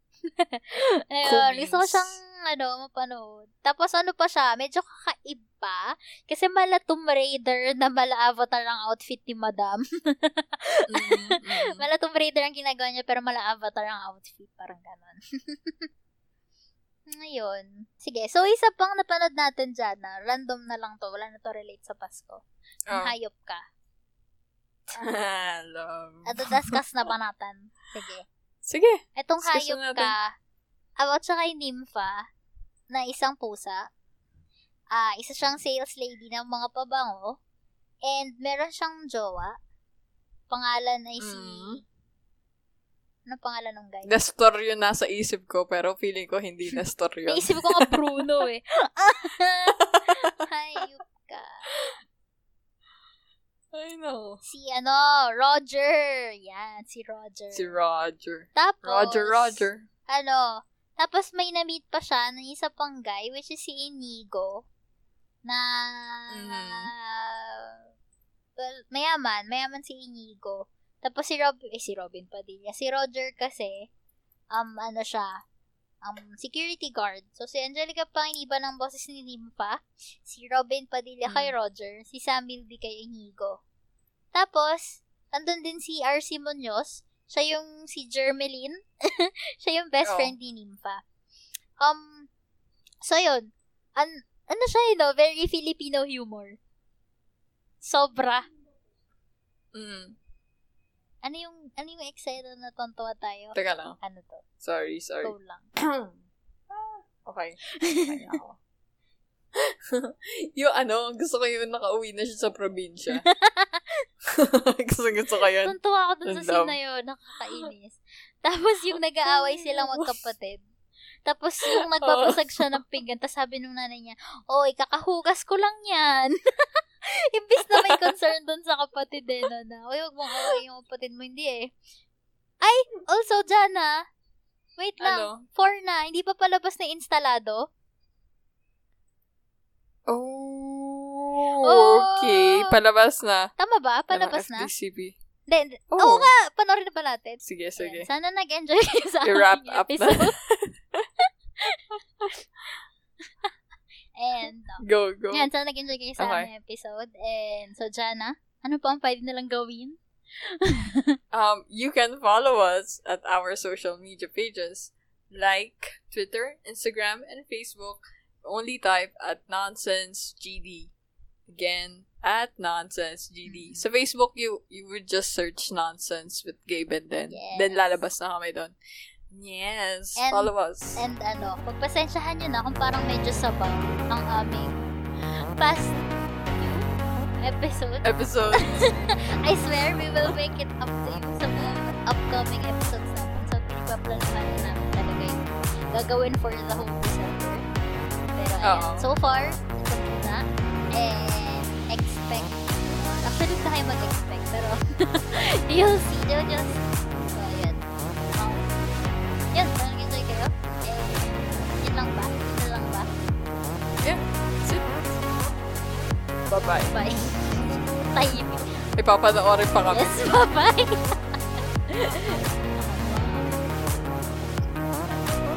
Speaker 1: Cool
Speaker 2: Ayun, gusto ko
Speaker 1: beans.
Speaker 2: siyang, ano, mapanood. Tapos, ano pa siya, medyo kakaiba. Kasi mala Tomb Raider na mala Avatar ang outfit ni Madam.
Speaker 1: Hmm. Mm, mm.
Speaker 2: mala Tomb Raider ang ginagawa niya, pero mala Avatar ang outfit. Parang ganun. Ngayon. Sige, so isa pang napanood natin dyan na random na lang to. Wala na to relate sa Pasko.
Speaker 1: Oh.
Speaker 2: Ang hayop ka.
Speaker 1: Love.
Speaker 2: At daskas Ah, na panatan. Sige.
Speaker 1: Sige.
Speaker 2: Etong
Speaker 1: Discuss
Speaker 2: hayop
Speaker 1: na natin.
Speaker 2: ka, ah, about siya kay Nympha, na isang pusa, ah isa siyang sales lady ng mga pabango, and meron siyang jowa, pangalan ay si...
Speaker 1: Mm.
Speaker 2: Ano pangalan ng guy?
Speaker 1: Nestor yun nasa isip ko, pero feeling ko hindi Nestor yun.
Speaker 2: Naisip ko nga Bruno eh. hayop ka.
Speaker 1: I know.
Speaker 2: Si ano, Roger. Yan, si Roger.
Speaker 1: Si Roger.
Speaker 2: Tapos,
Speaker 1: Roger, Roger.
Speaker 2: ano, tapos may na-meet pa siya ng isa pang guy, which is si Inigo, na,
Speaker 1: Mhm.
Speaker 2: well, mayaman, mayaman si Inigo. Tapos si Rob, eh, si Robin Padilla. Si Roger kasi, um, ano siya, um, security guard. So, si Angelica Panganiban ng boses ni Limpa, si Robin Padilla
Speaker 1: Mm.
Speaker 2: kay Roger, si Samuel D kay Inigo. Tapos, andun din si R.C. Munoz, siya yung si Germeline, siya yung best
Speaker 1: Oo.
Speaker 2: friend ni Nympha. Um, So, yun. An ano siya, you know, very Filipino humor. Sobra.
Speaker 1: Mm.
Speaker 2: Ano yung, ano yung excited na tontuwa tayo?
Speaker 1: Teka lang.
Speaker 2: Ano to?
Speaker 1: Sorry, sorry.
Speaker 2: Go lang.
Speaker 1: Ah, okay. Kaya ako. yung ano, gusto ko yung nakauwi na siya sa probinsya. gusto, gusto ko yun.
Speaker 2: Tuntua ako dun sa
Speaker 1: Ang
Speaker 2: scene
Speaker 1: dam-
Speaker 2: na yun. Nakakainis. Tapos yung nag-aaway silang magkapatid. Tapos yung nagpapasag siya ng pinggan, tapos sabi nung nanay niya, Oy, kakahugas ko lang yan. Imbis na may concern dun sa kapatid eh, no, na, Uy, huwag mong away yung kapatid mo, hindi eh. Ay, also, Jana, wait lang,
Speaker 1: Ano?
Speaker 2: four na, hindi pa palabas na instalado?
Speaker 1: Oh,
Speaker 2: Oh!
Speaker 1: okay. Palabas na.
Speaker 2: Tama ba? Palabas
Speaker 1: Ano,
Speaker 2: na?
Speaker 1: FDCB.
Speaker 2: Hindi, hindi.
Speaker 1: Oh.
Speaker 2: Oo nga, panoorin na pa natin.
Speaker 1: Sige, sige.
Speaker 2: Ayan, Sana nag-enjoy kayo sa
Speaker 1: I-wrap up
Speaker 2: ating
Speaker 1: na.
Speaker 2: episode. And, um,
Speaker 1: Go, go.
Speaker 2: yan, sana nag-enjoy kayo sa
Speaker 1: Okay.
Speaker 2: aming episode. And, so, Jana, ano pa ang pwede nilang gawin?
Speaker 1: Um, you can follow us at our social media pages like Twitter, Instagram, and Facebook. Only type at nonsense GD. Again, at nonsense GD.
Speaker 2: Mhm.
Speaker 1: Sa Facebook, you you would just search nonsense with Gabe and then
Speaker 2: Yes.
Speaker 1: then lalabas na kami doon. Yes,
Speaker 2: And-
Speaker 1: follow us.
Speaker 2: And, ano, pagpasensyahan nyo na kung parang medyo sabaw ang aming past few episode.
Speaker 1: Episode.
Speaker 2: I swear, we will make it up to you sa mga upcoming episodes natin. So, pinagpaplanahan namin talaga yung gagawin for the whole December. Pero, ayan.
Speaker 1: Oo.
Speaker 2: So far, ito muna. And, expect. Actually, hindi na kayo mag-expect. Pero, you'll see. You'll just... So, ayan. Um, yun, parang enjoy kayo. And, yun lang ba? Yun na lang ba?
Speaker 1: That's it. Bye-bye.
Speaker 2: Bye. Tahimik.
Speaker 1: Ipapanoorin pa kami.
Speaker 2: Yes, bye-bye.